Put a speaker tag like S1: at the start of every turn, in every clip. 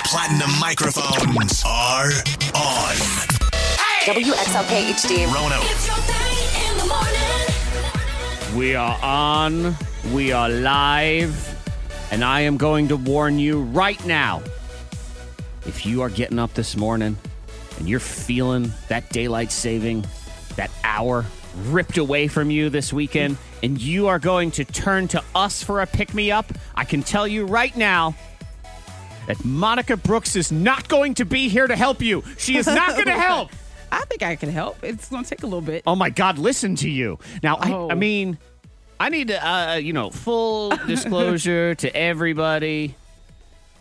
S1: platinum microphones are on.
S2: WXLK HD.
S1: Rono,
S3: It's your thing in the morning.
S4: We are on, we are live, and I am going to warn you right now. If you are getting up this morning and you're feeling that daylight saving, that hour ripped away from you this weekend, and you are going to turn to us for a pick me up, I can tell you right now that Monica Brooks is not going to be here to help you. She is not going to help.
S5: I think I can help. It's going to take a little bit.
S4: oh my god listen to you now
S5: Oh.
S4: I, I mean i need to uh, you know full disclosure to everybody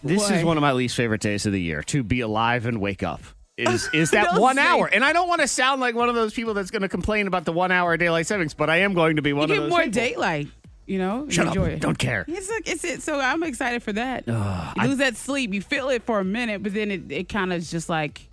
S4: this is
S5: Why?
S4: one of my least favorite days of the year to be alive and wake up is is that
S5: Don't
S4: one
S5: say-
S4: hour and i don't want to sound like one of those people that's going to complain about the one hour daylight savings but i am going to be
S5: You
S4: one of
S5: get
S4: those
S5: more
S4: people.
S5: daylight, you know?
S4: Shut up.
S5: Enjoy it.
S4: Don't care.
S5: It's, like, it's it. So I'm excited for that. you
S4: I-
S5: lose that sleep. You feel it for a minute, but then it, it kind of is just like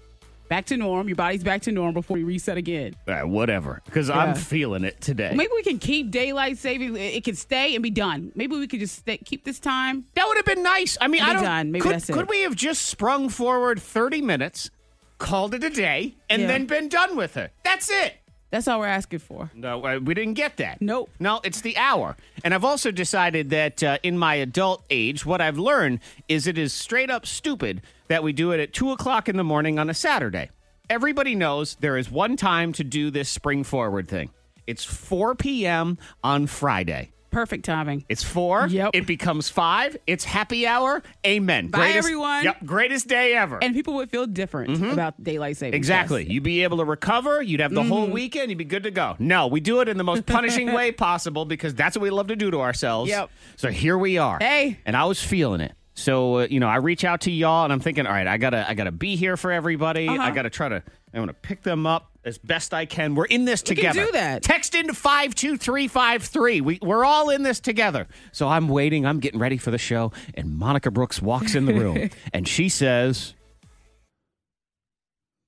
S5: back to norm. Your body's back to norm before you reset again.
S4: All right, whatever because i'm
S5: Yeah.
S4: feeling it today
S5: Maybe we can keep daylight saving. It it can stay and be done. Maybe we could just stay, keep this time.
S4: that would have been nice i mean i
S5: Be
S4: don't
S5: done. Maybe
S4: could,
S5: that's it.
S4: could we have just sprung forward 30 minutes called it a day and
S5: Yeah.
S4: then been done with it that's it
S5: That's all we're asking for.
S4: No, uh, we didn't get that.
S5: Nope.
S4: No, it's the hour. And I've also decided that uh, in my adult age, what I've learned is it is straight up stupid that we do it at 2 o'clock in the morning on a Saturday. Everybody knows there is one time to do this spring forward thing. It's 4 p.m. on Friday.
S5: Perfect timing.
S4: It's 4.
S5: Yep.
S4: It becomes 5. It's happy hour. Amen.
S5: Bye, everyone.
S4: Yep, greatest day ever.
S5: And people would feel different about daylight saving.
S4: Mm-hmm. Exactly. You'd be able to recover. You'd have the whole
S5: Mm-hmm.
S4: weekend. You'd be good to go. No, we do it in the most punishing way possible because that's what we love to do to ourselves.
S5: Yep.
S4: So here we are.
S5: Hey.
S4: And I was feeling it. So uh, you know, I reach out to y'all, and I'm thinking, all right, I gotta, I gotta be here for everybody.
S5: Uh-huh.
S4: I gotta try to, I'm gonna pick them up as best I can. We're in this
S5: can
S4: together.
S5: do that.
S4: Text into five two three five three. We we're all in this together. So I'm waiting. I'm getting ready for the show, and Monica Brooks walks in the room, and she says.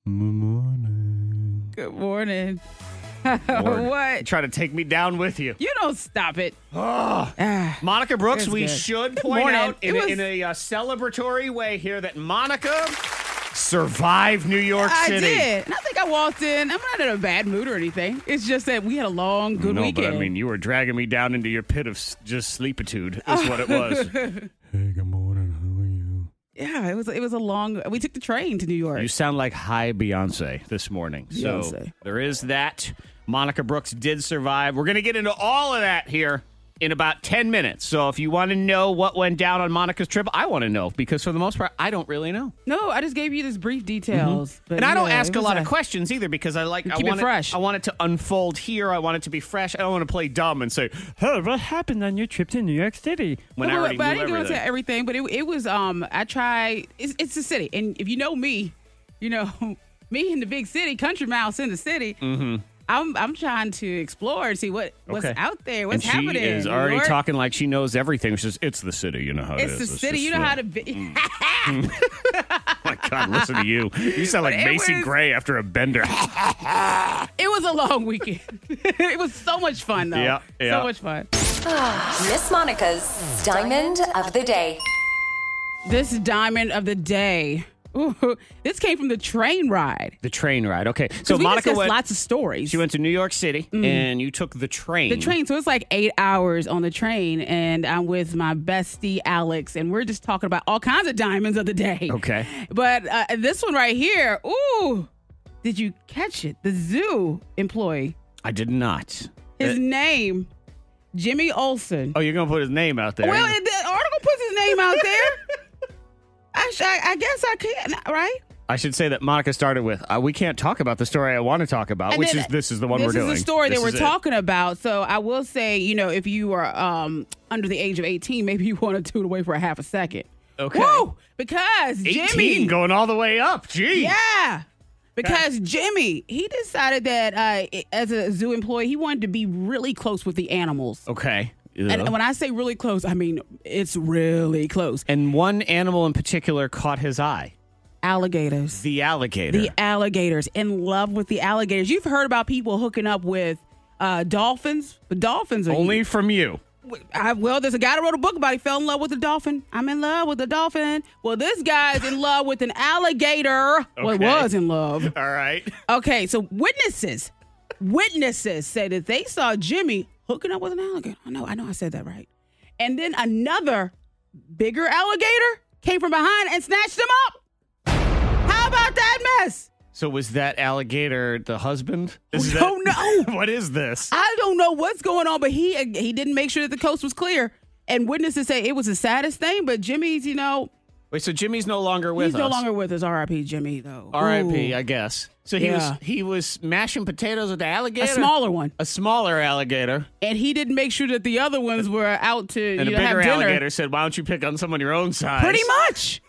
S5: Good morning.
S4: Lord.
S5: Oh, What?
S4: Try to take me down with you.
S5: You don't stop it. Ah.
S4: Monica Brooks,
S5: It's
S4: we
S5: good.
S4: should
S5: Good
S4: point
S5: morning.
S4: out in,
S5: It
S4: a,
S5: was-
S4: in a uh, celebratory way here that Monica survived New York
S5: I
S4: City.
S5: did. And I think I walked in. I'm not in a bad mood or anything. It's just that we had a long, good
S4: No,
S5: weekend.
S4: but I mean, you were dragging me down into your pit of s- just sleepitude, is what it was.
S5: yeah, it was it was a long. We took the train to New York.
S4: You sound like high Beyonce this morning. So
S5: Beyonce.
S4: there is that. Monica Brooks did survive. We're going to get into all of that here in about 10 minutes. So if you want to know what went down on Monica's trip, I want to know because for the most part, I don't really know.
S5: no, I just gave you this brief details. But
S4: Mm-hmm. And I don't
S5: yeah,
S4: ask
S5: it
S4: a
S5: was
S4: lot of questions either because I like I
S5: Keep it
S4: want
S5: fresh.
S4: I want it to unfold here. I want it to be fresh. I don't want to play dumb and say, "Hey, what happened on your trip to New York City?" When
S5: But,
S4: I already
S5: but I
S4: knew
S5: didn't go
S4: everything.
S5: into everything. But it, it was um. I try. It's it's the city, and if you know me, you know me in the big city, country mouse in the city. I'm I'm trying to explore and see what what's
S4: Mm-hmm. Okay.
S5: out there,
S4: and
S5: what's
S4: she
S5: happening.
S4: is
S5: New
S4: already
S5: York.
S4: talking like she knows everything. She says, "It's the city. You know how it
S5: It's
S4: is.
S5: the city.
S4: just mm.
S5: You know
S4: the-
S5: how to be.
S4: My God, listen to you. You sound like
S5: But it
S4: Macy
S5: was-
S4: Gray after a bender.
S5: It was a long weekend. it was so much fun though.
S4: Yeah, yeah.
S5: So much fun.
S2: Miss Monica's Diamond of the Day.
S5: This diamond of the day. Ooh, this came from the train ride.
S4: the train ride. Okay, so
S5: 'Cause we
S4: Monica
S5: discussed
S4: went.
S5: lots of stories.
S4: she went to New York City, and you took the train.
S5: the train, so it's like eight hours on the train, and I'm with my bestie Alex, and we're just talking about all kinds of diamonds of the day.
S4: Okay.
S5: but uh, this one right here, ooh, did you catch it? The zoo employee,
S4: I did not.
S5: his
S4: Uh,
S5: name, Jimmy Olson.
S4: Oh, you're gonna put his name out there.
S5: Well, it- the article puts his name out there. I, sh- I, I guess I can, right?
S4: I should say that Monica started with, uh, "We can't talk about the story I want to talk about,"
S5: And
S4: Uh, which
S5: then
S4: is this is the one
S5: this
S4: we're doing.
S5: is the story
S4: This
S5: that we're
S4: is it.
S5: talking about. So I will say, you know, if you are um, under the age of 18, maybe you want to tune away for a half a second.
S4: Okay.
S5: Woo! Because
S4: 18
S5: Jimmy.
S4: going all the way up. Gee.
S5: yeah. Because Jimmy, he decided that uh, as a zoo employee, he wanted to be really close with the animals.
S4: Okay.
S5: And when I say really close, I mean it's really close.
S4: and one animal in particular caught his eye
S5: Alligators.
S4: the alligator.
S5: the alligators in love with the alligators you've heard about people hooking up with uh, dolphins but dolphins are
S4: Only from you.
S5: I, well, there's a guy that wrote a book about it. he fell in love with a dolphin. I'm in love with a dolphin. Well, this guy's in love with an alligator. Well,
S4: Okay.
S5: he was in love.
S4: All right.
S5: Okay, so witnesses, witnesses say that they saw Jimmy hooking up with an alligator. I know, I know, I said that right. And then another bigger alligator came from behind and snatched him up. How about that mess?
S4: So was that alligator the husband?
S5: We don't know.
S4: What is this?
S5: I don't know what's going on, but he he didn't make sure that the coast was clear. And witnesses say it was the saddest thing, but Jimmy's, you know,
S4: Wait, so Jimmy's no longer with
S5: he's
S4: us.
S5: no longer with us. R.I.P. Jimmy, though.
S4: R.I.P.
S5: Ooh.
S4: I guess. So he
S5: Yeah.
S4: was he was mashing potatoes with the alligator.
S5: A smaller one.
S4: a smaller alligator,
S5: And he didn't make sure that the other ones were out to
S4: and
S5: you
S4: a
S5: know, have
S4: bigger
S5: dinner.
S4: alligator said, "Why don't you pick on someone your own size?"
S5: Pretty much.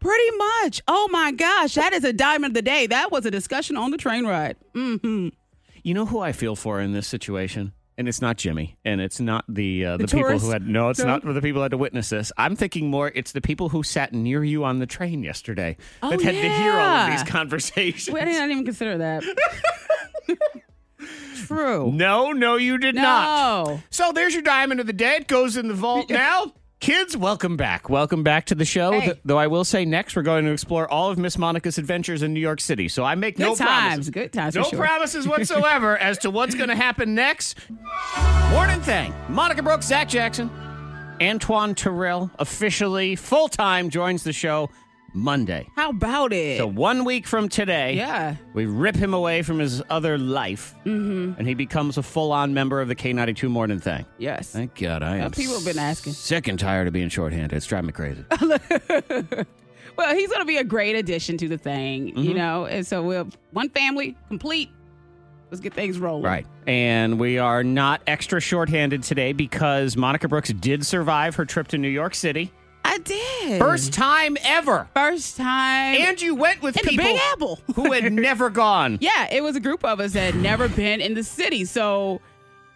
S5: Pretty much. Oh my gosh, that is a diamond of the day. That was a discussion on the train ride. Mm-hmm.
S4: You know who I feel for in this situation, and it's not Jimmy, and it's not the uh, the, people
S5: tourists?
S4: who had no, it's
S5: No.
S4: not the people who had to witness this. I'm thinking more, it's the people who sat near you on the train yesterday
S5: Oh,
S4: that had to hear all of
S5: yeah.
S4: these conversations.
S5: Wait, I didn't even consider that. True.
S4: no, no, you did not.
S5: No.
S4: So there's your diamond of the day. It goes in the vault now. Kids, welcome back. Welcome back to the show.
S5: Hey.
S4: Th- though I will say next, we're going to explore all of Miss Monica's adventures in New York City. So I make
S5: Good
S4: no
S5: times.
S4: promises.
S5: Good times.
S4: No
S5: for sure.
S4: promises whatsoever as to what's going to happen next. Morning thing. Monica Brooks, Zach Jackson, Antoine Terrell officially full time joins the show Monday.
S5: How about it?
S4: So one week from today,
S5: Yeah.
S4: we rip him away from his other life,
S5: Mm-hmm.
S4: and he becomes a full on member of the K ninety two Morning Thing.
S5: yes.
S4: Thank God, I am.
S5: people have been asking. Oh.
S4: Sick and tired of being shorthanded. It's driving me crazy.
S5: Well, he's going to be a great addition to the thing,
S4: Mm-hmm.
S5: you know. And so we'll one family complete. Let's get things rolling.
S4: Right. And we are not extra shorthanded today because Monica Brooks did survive her trip to New York City.
S5: I did.
S4: First time ever.
S5: first time.
S4: And you went with
S5: In the
S4: people
S5: Big Apple.
S4: who had never gone.
S5: Yeah, it was a group of us that had never been in the city. So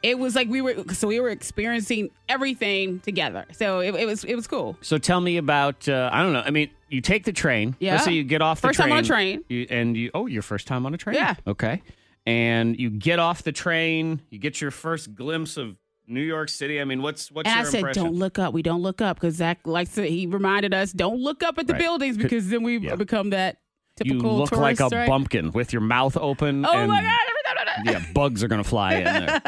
S5: it was like we were so we were experiencing everything together. So it, it was it was cool.
S4: So tell me about uh, I don't know. I mean, you take the train.
S5: Yeah.
S4: Let's say you get off the
S5: First
S4: train.
S5: time on a train.
S4: You, and you oh, your first time on a train.
S5: Yeah.
S4: Okay. And you get off the train. You get your first glimpse of New York City. I mean, what's what's
S5: and I
S4: your
S5: said,
S4: impression?
S5: "Don't look up. We don't look up because Zach likes to. He reminded us, don't look up at the
S4: Right.
S5: buildings because then we
S4: Yeah.
S5: become that
S4: you
S5: typical
S4: look like
S5: tourist,
S4: a
S5: right?
S4: bumpkin with your mouth open.
S5: Oh
S4: and
S5: my god!
S4: yeah, bugs are gonna fly in there.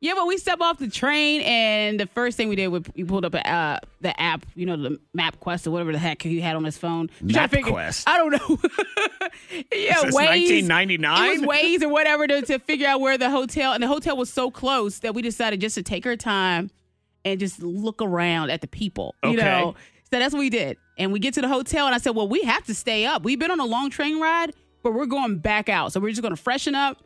S5: Yeah, but we step off the train, and the first thing we did, was we pulled up uh, the app, you know, the Map Quest or whatever the heck he had on his phone. To try to figure-
S4: MapQuest?
S5: I don't know. yeah,
S4: Is this
S5: Waze.
S4: 1999?
S5: It was Waze or whatever to, to figure out where the hotel, and the hotel was so close that we decided just to take our time and just look around at the people, you
S4: Okay.
S5: know. So that's what we did. And we get to the hotel, and I said, Well, we have to stay up. We've been on a long train ride, but we're going back out. So we're just going to freshen up,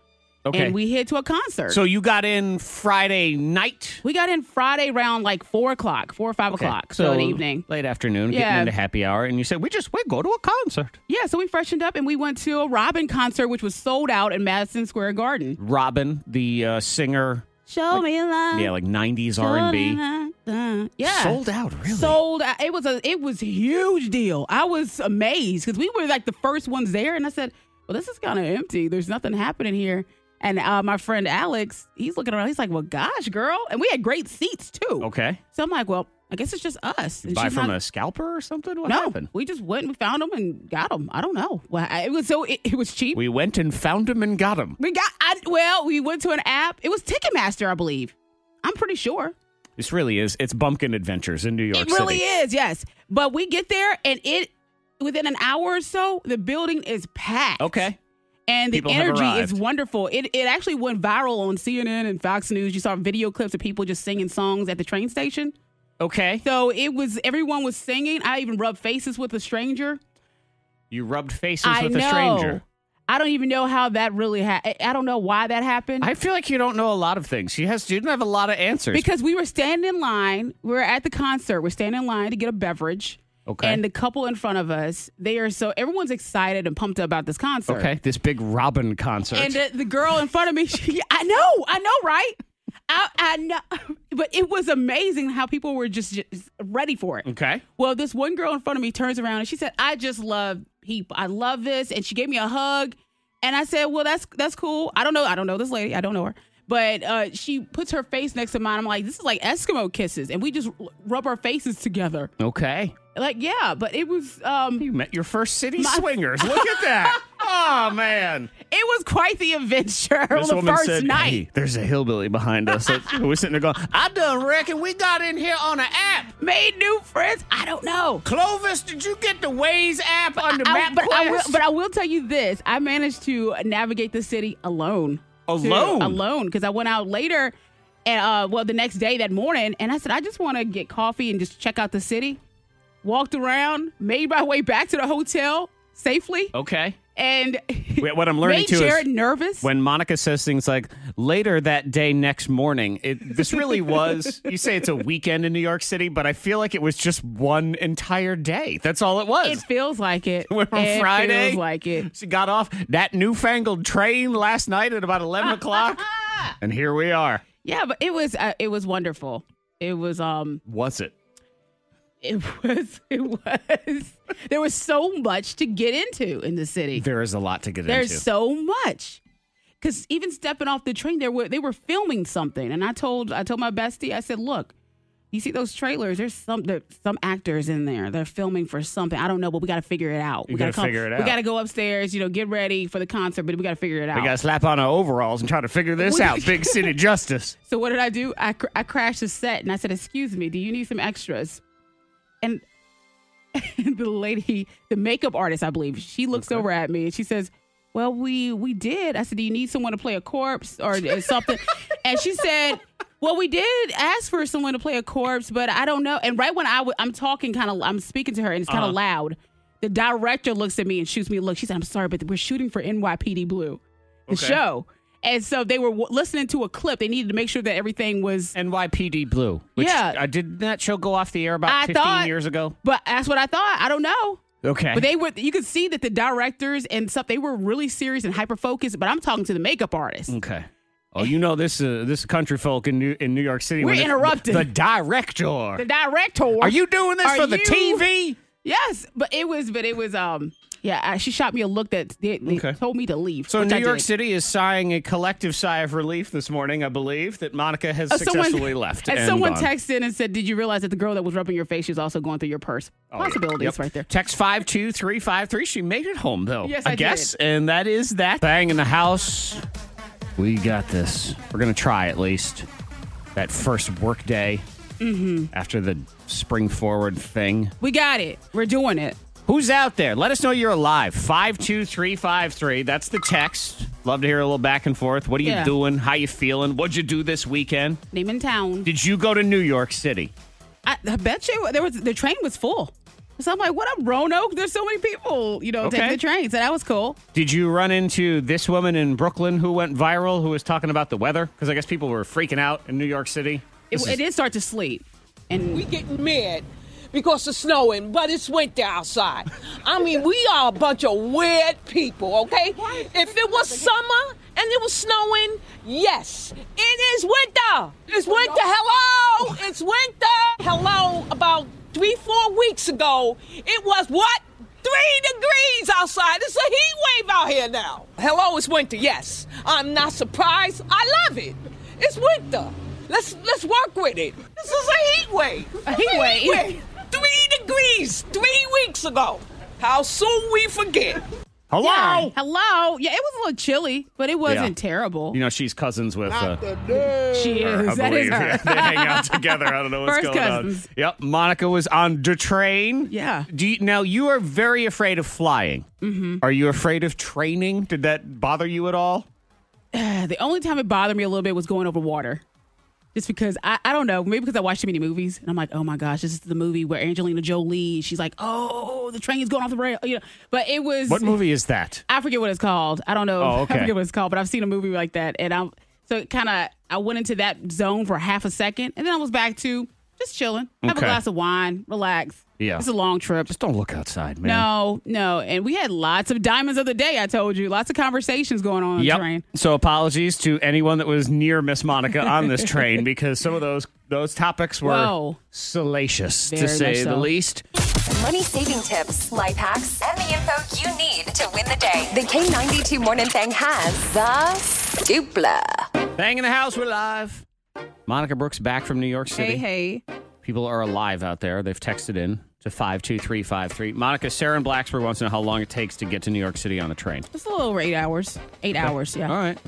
S4: Okay.
S5: and we head to a concert.
S4: So you got in Friday night.
S5: We got in Friday around like four o'clock, four or five o'clock, so, in the evening.
S4: late afternoon, getting
S5: Yeah.
S4: into happy hour, and you said we just we go to a concert.
S5: Yeah, so we freshened up and we went to a Robin concert, which was sold out in Madison Square Garden.
S4: Robin, the uh, singer,
S5: Show me love.
S4: yeah, like '90s
S5: show
S4: R and
S5: me
S4: B,
S5: love, uh, Yeah,
S4: sold out, really.
S5: Sold out. It was a it was a huge deal. I was amazed because we were like the first ones there, and I said, "Well, this is kind of empty. There's nothing happening here." And uh, my friend Alex, he's looking around. He's like, "Well, gosh, girl," and we had great seats too.
S4: okay,
S5: So I'm like, "Well, I guess it's just us."
S4: you
S5: And
S4: buy
S5: she's
S4: from
S5: not-
S4: a scalper or something? What
S5: no,
S4: happened?
S5: we just went and found them and got them. I don't know. Well, I, it was so it, it was cheap. We,
S4: We went and found him and got him.
S5: got I, well. We went to an app. It was Ticketmaster, I believe. I'm pretty sure.
S4: This really is. It's Bumpkin Adventures in New York
S5: it really
S4: City.
S5: is. Yes, but we get there and it within an hour or so, the building is packed.
S4: Okay,
S5: and the
S4: People have
S5: energy is
S4: arrived.
S5: wonderful. It it actually went viral on CNN and Fox News. You saw video clips of people just singing songs at the train station.
S4: okay.
S5: So it was everyone was singing. I even rubbed faces with a stranger.
S4: You rubbed faces
S5: I
S4: with
S5: know.
S4: a stranger.
S5: I don't even know how that really happened. I don't know why that happened.
S4: I feel like you don't know a lot of things. She has. You didn't have a lot of answers.
S5: because we were standing in line. We were at the concert. We're standing in line to get a beverage.
S4: Okay.
S5: And the couple in front of us, they are so everyone's excited and pumped up about this concert.
S4: okay, this big Robin concert.
S5: And the, the girl in front of me, she, I know, I know, right? I, I know, but it was amazing how people were just, just ready for it.
S4: okay.
S5: Well, this one girl in front of me turns around and she said, "I just love Heap. I love this." And she gave me a hug, and I said, "Well, that's that's cool. I don't know. I don't know this lady. I don't know her, But uh, she puts her face next to mine. I'm like, this is like Eskimo kisses, and we just r- rub our faces together.
S4: Okay.
S5: Like, yeah, but it was um,
S4: You met your first city swingers. Look at that. Oh, man.
S5: it was quite the adventure
S4: This
S5: on the
S4: woman
S5: first
S4: said,
S5: night.
S4: "Hey, there's a hillbilly behind us. So we're sitting there going, I done reckon we got in here on an app.
S5: Made new friends. I don't know.
S4: Clovis, did you get the Waze app on the
S5: I-
S4: map
S5: but, I will, but I will tell you this: I managed to navigate the city alone. too.
S4: Alone?
S5: alone, because I went out later, and uh, well, the next day that morning, and I said, I just want to get coffee and just check out the city. Walked around, made my way back to the hotel safely,
S4: okay.
S5: and
S4: Wait, what I'm learning
S5: made
S4: too is
S5: Jared nervous.
S4: When Monica says things like later that day, next morning, it, this really was. You say it's a weekend in New York City, but I feel like it was just one entire day. That's all it was.
S5: it feels like it.
S4: Went from
S5: it
S4: Friday.
S5: feels like it.
S4: She got off that newfangled train last night at about 11 o'clock. And here we are.
S5: Yeah, but it was uh, it was wonderful. It was um
S4: Was it?
S5: it was it was there was so much to get into in the city.
S4: There is a lot to get
S5: There's
S4: into.
S5: so much. Cause even stepping off the train, there were they were filming something, and I told I told my bestie, I said, "Look, you see those trailers? There's some there's some actors in there. They're filming for something. I don't know, but we got to figure it out.
S4: You
S5: we gotta
S4: gotta figure it out.
S5: We got to go upstairs. You know, get ready for the concert, but we got to figure it out.
S4: we got to slap on our overalls and try to figure this
S5: We-
S4: out. Big city justice.
S5: So what did I do? I, cr- I crashed the set and I said, "Excuse me, do you need some extras?" And the lady, the makeup artist, I believe, she looks over at me and she says, "Well, we we did." I said, "Do you need someone to play a corpse or uh, something?" and she said, "Well, we did ask for someone to play a corpse, but I don't know." And right when I w- I'm talking, kind of, I'm speaking to her and it's kind of loud. The director looks at me and shoots me a look. She said, "I'm sorry, but we're shooting for NYPD Blue, the
S4: Okay.
S5: show." And so they were w- listening to a clip. They needed to make sure that everything was.
S4: NYPD Blue. Which
S5: Yeah.
S4: Uh, did that show go off the air about
S5: I
S4: 15
S5: thought-
S4: years ago?
S5: But that's what I thought. I don't know.
S4: Okay.
S5: But they were. You could see that the directors and stuff. They were really serious and hyper focused. But I'm talking to the makeup artist.
S4: okay. Oh, you know this uh, this country folk in New, in New York City.
S5: We're
S4: when the-
S5: interrupted.
S4: The, director.
S5: The director.
S4: are you doing this
S5: Are
S4: for the
S5: you-
S4: TV?
S5: Yes. But it was. But it was. Um. Yeah. I, she shot me a look that they, they
S4: Okay.
S5: told me to leave.
S4: So
S5: which
S4: New
S5: I
S4: York
S5: did.
S4: City is sighing a collective sigh of relief this morning, I believe, that Monica has
S5: Uh, someone-
S4: successfully left.
S5: And, someone
S4: gone.
S5: texted and said, "Did you realize that the girl that was rubbing your face was also going through your purse? Possibilities
S4: Oh, Yep.
S5: right there."
S4: Text 52353. She made it home, though.
S5: Yes, I
S4: guess. And that is that. Bang in the house. We got this. We're going to try at least that first work day
S5: Mm-hmm.
S4: after the spring forward thing.
S5: We got it. We're doing it.
S4: Who's out there? Let us know you're alive. 52353. That's the text. Love to hear a little back and forth. What are you
S5: Yeah.
S4: doing? How you feeling? What'd you do this weekend?
S5: Name in town.
S4: Did you go to New York City?
S5: I, I bet you there was the train was full. So I'm like, what up, Roanoke? There's so many people, you know,
S4: Okay.
S5: taking the train. So that was cool.
S4: Did you run into this woman in Brooklyn who went viral who was talking about the weather? Because I guess people were freaking out in New York City.
S5: It,
S4: This is-
S5: it did start to sleep. And
S6: We getting mad because it's snowing, but it's winter outside. I mean, we are a bunch of weird people, okay? If it was summer and it was snowing, yes, it is winter. It's winter. Hello, it's winter. Hello. About three, four weeks ago, it was what? Three degrees outside. It's a heat wave out here now. Hello, it's winter. Yes, I'm not surprised. I love it. It's winter. Let's let's work with it. This is a heat wave.
S5: A heat wave.
S6: Three degrees three weeks ago. How soon we forget.
S4: Hello?
S5: Yeah. hello. Yeah, it was a little chilly, but it wasn't terrible.
S4: You know, she's cousins with. Uh,
S5: she
S4: her, I
S5: is. That
S4: believe.
S5: is
S4: Yeah,
S5: her.
S4: they hang out together. I don't know what's
S5: First
S4: going
S5: cousins.
S4: on. Yep. Monica was on the train.
S5: Yeah.
S4: Do you, now, you are very afraid of flying. Mm-hmm. Are you afraid of training? Did that bother you at all?
S5: The only time it bothered me a little bit was going over water. Just because I, I don't know, maybe because I watched too many movies and I'm like, oh my gosh, this is the movie where Angelina Jolie, she's like, oh, the train's going off the rail, you know. But it was
S4: What movie is that?
S5: I forget what it's called. I don't know.
S4: Oh, okay.
S5: I forget what it's called, but I've seen a movie like that, and I'm so kind of. I went into that zone for half a second, and then I was back to just chilling, have a
S4: Okay.
S5: glass of wine, relax.
S4: Yeah.
S5: it's a long trip.
S4: Just don't look outside, man.
S5: No, no, and we had lots of diamonds of the day. I told you, lots of conversations going on on
S4: Yep.
S5: the train.
S4: So apologies to anyone that was near Miss Monica on this train because some of those those topics were
S5: Whoa.
S4: salacious to
S5: Very
S4: say
S5: much so.
S4: the least.
S2: Money saving tips, life hacks, and the info you need to win the day. The K92 Morning Thing has the dupla.
S4: Bang in the house, we're live. Monica Brooks back from New York City.
S5: Hey, hey.
S4: People are alive out there. They've texted in to 52353. Monica, Sarah in Blacksburg wants to know how long it takes to get to New York City on a train.
S5: It's a little over eight hours. Eight hours, yeah.
S4: All right.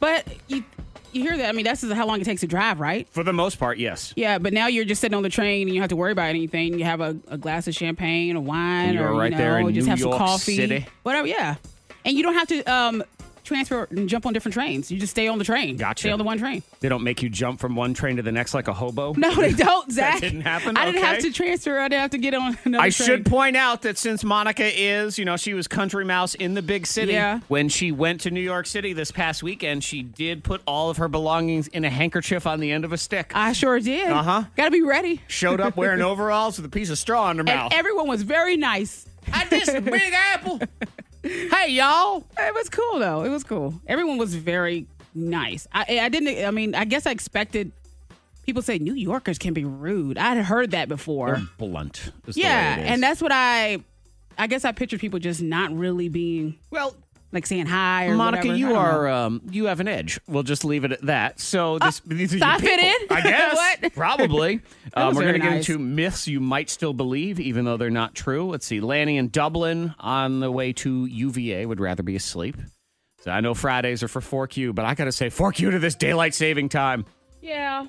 S5: But you, you hear that? I mean, that's how long it takes to drive, right?
S4: For the most part, yes.
S5: Yeah, but now you're just sitting on the train and you don't have to worry about anything. You have a, a glass of champagne, a wine,
S4: And you're
S5: or
S4: right
S5: you know,
S4: there in
S5: just
S4: New
S5: have
S4: York
S5: some coffee,
S4: City.
S5: whatever. Yeah, and you don't have to um, transfer and jump on different trains. You just stay on the train.
S4: Gotcha.
S5: Stay on the one train.
S4: They don't make you jump from one train to the next like a hobo.
S5: No, they don't, Zach.
S4: didn't happen?
S5: I didn't have
S4: Okay.
S5: to transfer. I didn't have to get on another
S4: I
S5: train.
S4: should point out that since Monica is, you know, she was country mouse in the big city.
S5: Yeah.
S4: When she went to New York City this past weekend, she did put all of her belongings in a handkerchief on the end of a stick.
S5: I sure did.
S4: Uh-huh.
S5: Got to be ready.
S4: Showed up wearing overalls with a piece of straw in her
S5: And
S4: mouth.
S5: everyone was very nice.
S4: I just big apple. Hey y'all.
S5: It was cool though. It was cool. Everyone was very nice. I I didn't. I mean, I guess I expected. People say New Yorkers can be rude. I had heard that before.
S4: Blunt. is the way
S5: yeah,
S4: Mm. it is.
S5: and that's what I. I guess I pictured people just not really being
S4: well,
S5: like saying hi or
S4: Monica,
S5: whatever. I
S4: you
S5: don't
S4: are
S5: know. Uh,
S4: um, you have an edge. We'll just leave it at that. So this, these are your
S5: stop it
S4: people.
S5: in?
S4: I guess
S5: What?
S4: probably. um,
S5: was
S4: we're going to
S5: very
S4: get
S5: nice.
S4: into myths you might still believe, even though they're not true. Let's see, Lanny in Dublin on the way to UVA would rather be asleep. So I know Fridays are for 4Q, but I got to say 4Q to this daylight saving time.
S5: Yeah.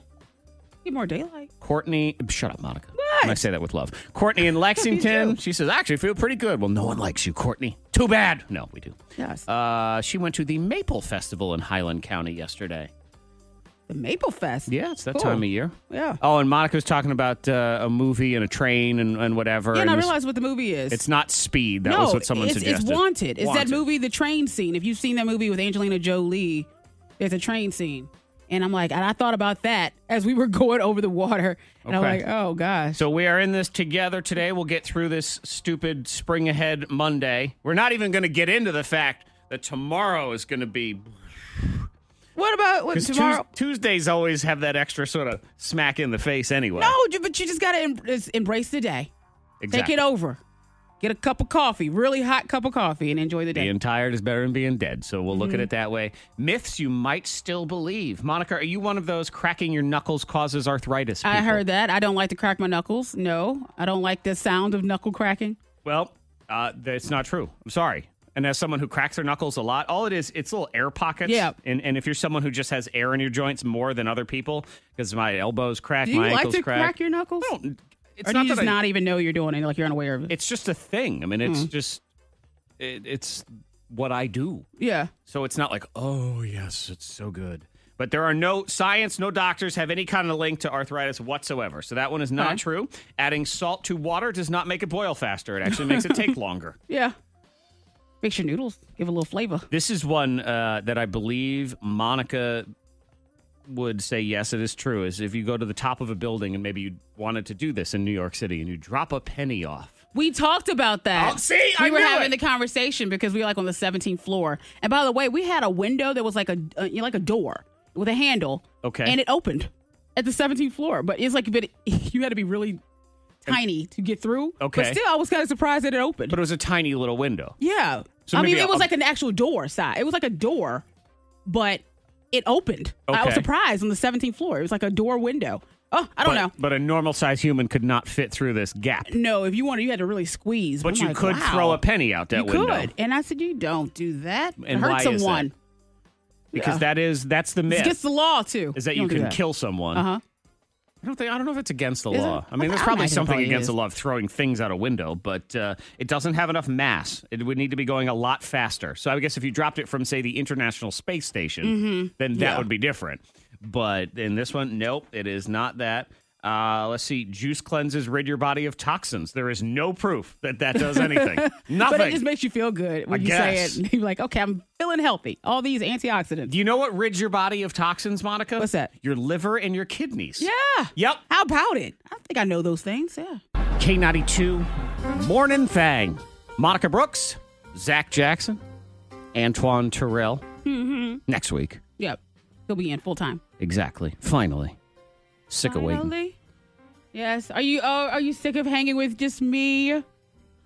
S5: Get more daylight.
S4: Courtney, shut up, Monica.
S5: What?
S4: And I say that with love. Courtney in Lexington, she says, I actually feel pretty good. Well, no one likes you, Courtney. Too bad. No, we do.
S5: Yes.
S4: Uh, she went to the Maple Festival in Highland County yesterday.
S5: the Maple Fest.
S4: Yeah, it's that
S5: Cool.
S4: time of year.
S5: Yeah.
S4: Oh, and Monica was talking about uh, a movie and a train and, and whatever.
S5: yeah, and I
S4: this-
S5: realized what the movie is.
S4: it's not Speed. That
S5: no,
S4: was what someone
S5: it's,
S4: suggested.
S5: It's wanted. It's
S4: Wanted.
S5: that movie, the train scene. If you've seen that movie with Angelina Jolie, there's a train scene. And I'm like, and I thought about that as we were going over the water. And I'm
S4: Okay.
S5: like, oh gosh.
S4: So we are in this together today. We'll get through this stupid spring ahead Monday. We're not even going to get into the fact that tomorrow is going to be
S5: What about what,
S4: 'Cause Tues-
S5: tomorrow?
S4: Tuesdays always have that extra sort of smack in the face anyway.
S5: No, ju- but Oh, you just gotta em- just embrace the day. Take
S4: exactly.
S5: it over. Get a cup of coffee, really hot cup of coffee, and enjoy the day.
S4: Being tired is better than being dead, so we'll look at it
S5: Mm-hmm.
S4: that way. Myths you might still believe. Monica, are you one of those cracking your knuckles causes arthritis?
S5: I
S4: people?
S5: heard that. I don't like to crack my knuckles. No, I don't like the sound of knuckle cracking.
S4: Well, uh, that's not true. I'm sorry. And as someone who cracks their knuckles a lot, all it is, it's little air pockets.
S5: Yeah.
S4: And, and if you're someone who just has air in your joints more than other people, because my elbows crack,
S5: Do you
S4: my
S5: like
S4: ankles
S5: to crack, your knuckles?
S4: I don't- it's
S5: or do
S4: not
S5: you
S4: that
S5: just
S4: I-
S5: not Mm-hmm. even know you're doing it? Like you're unaware of it.
S4: It's just a thing. I mean, it's just, it, it's what I do.
S5: yeah.
S4: So it's not like, oh, yes, it's so good. But there are no science, no doctors have any kind of link to arthritis whatsoever. So that one is not
S5: Okay.
S4: true. Adding salt to water does not make it boil faster. It actually makes it take longer.
S5: Yeah. Makes your noodles give a little flavor.
S4: This is one uh, that I believe Monica would say yes, it is true. Is if you go to the top of a building and maybe you wanted to do this in New York City and you drop a penny off.
S5: We talked about that.
S4: Oh, see?
S5: we
S4: I
S5: were
S4: knew
S5: having
S4: it.
S5: the conversation because we were like on the 17th floor. And by the way, we had a window that was like a uh, you know, like a door with a handle.
S4: Okay.
S5: And it opened at the 17th floor, but it's like but you had to be really tiny to get through.
S4: Okay.
S5: But still, I was kind of surprised that it opened.
S4: But it was a tiny little window.
S5: yeah.
S4: So
S5: I mean,
S4: maybe
S5: it was
S4: a-
S5: like an actual door side. It was like a door, but it opened. I
S4: Okay.
S5: was surprised on the 17th floor. It was like a door window. Oh, I don't
S4: but,
S5: know. Oh
S4: But a normal sized human could not fit through this gap.
S5: No, if you wanted, you had to really squeeze.
S4: But
S5: I'm
S4: you
S5: like,
S4: could
S5: wow.
S4: throw a penny out that
S5: you
S4: window.
S5: could, and I said, "You don't do that. It
S4: And
S5: hurt
S4: why is that?
S5: someone.
S4: Because that is that's the
S5: It's
S4: myth.
S5: against the law too.
S4: is that you
S5: don't do
S4: can kill someone.
S5: Uh huh.
S4: I don't think I don't know if it's against the
S5: Is it?
S4: law. I
S5: I
S4: mean, there's
S5: I
S4: probably
S5: imagine it
S4: something
S5: probably
S4: against
S5: is.
S4: the law of throwing things out a window, but uh, it doesn't have enough mass. It would need to be going a lot faster. So I guess if you dropped it from say the International Space Station, then that
S5: Mm-hmm. Yeah.
S4: would be different. But in this one, nope, it is not that. Uh, let's see. Juice cleanses rid your body of toxins. There is no proof that that does anything. Nothing.
S5: But it just makes you feel good when
S4: I
S5: you
S4: guess.
S5: say it. You're like, "Okay, I'm feeling healthy. All these antioxidants.
S4: Do you know what rids your body of toxins, Monica?
S5: What's that?
S4: Your liver and your kidneys.
S5: Yeah.
S4: Yep.
S5: How about it? I think I know those things. Yeah.
S4: K92, Morning Fang, Monica Brooks, Zach Jackson, Antoine Terrell. Next week.
S5: Yep. He'll be in full time.
S4: Exactly. Finally. Sick of waiting.
S5: Finally. Yes. Are you? Oh, are you sick of hanging with just me?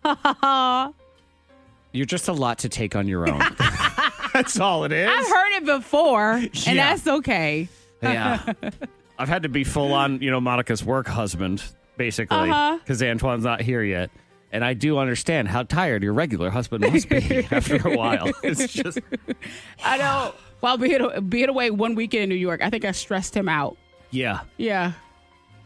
S5: Ha ha ha.
S4: You're just a lot to take on your own. That's all it is.
S5: I've heard it before,
S4: Yeah.
S5: and that's okay.
S4: Yeah. I've had to be full on, you know, Monica's work husband, basically,
S5: Uh-huh.
S4: because Antoine's not here yet. And I do understand how tired your regular husband must be after a while. It's just,
S5: I know. Well, be it, be it away one weekend in New York, I think I stressed him out.
S4: yeah.
S5: Yeah.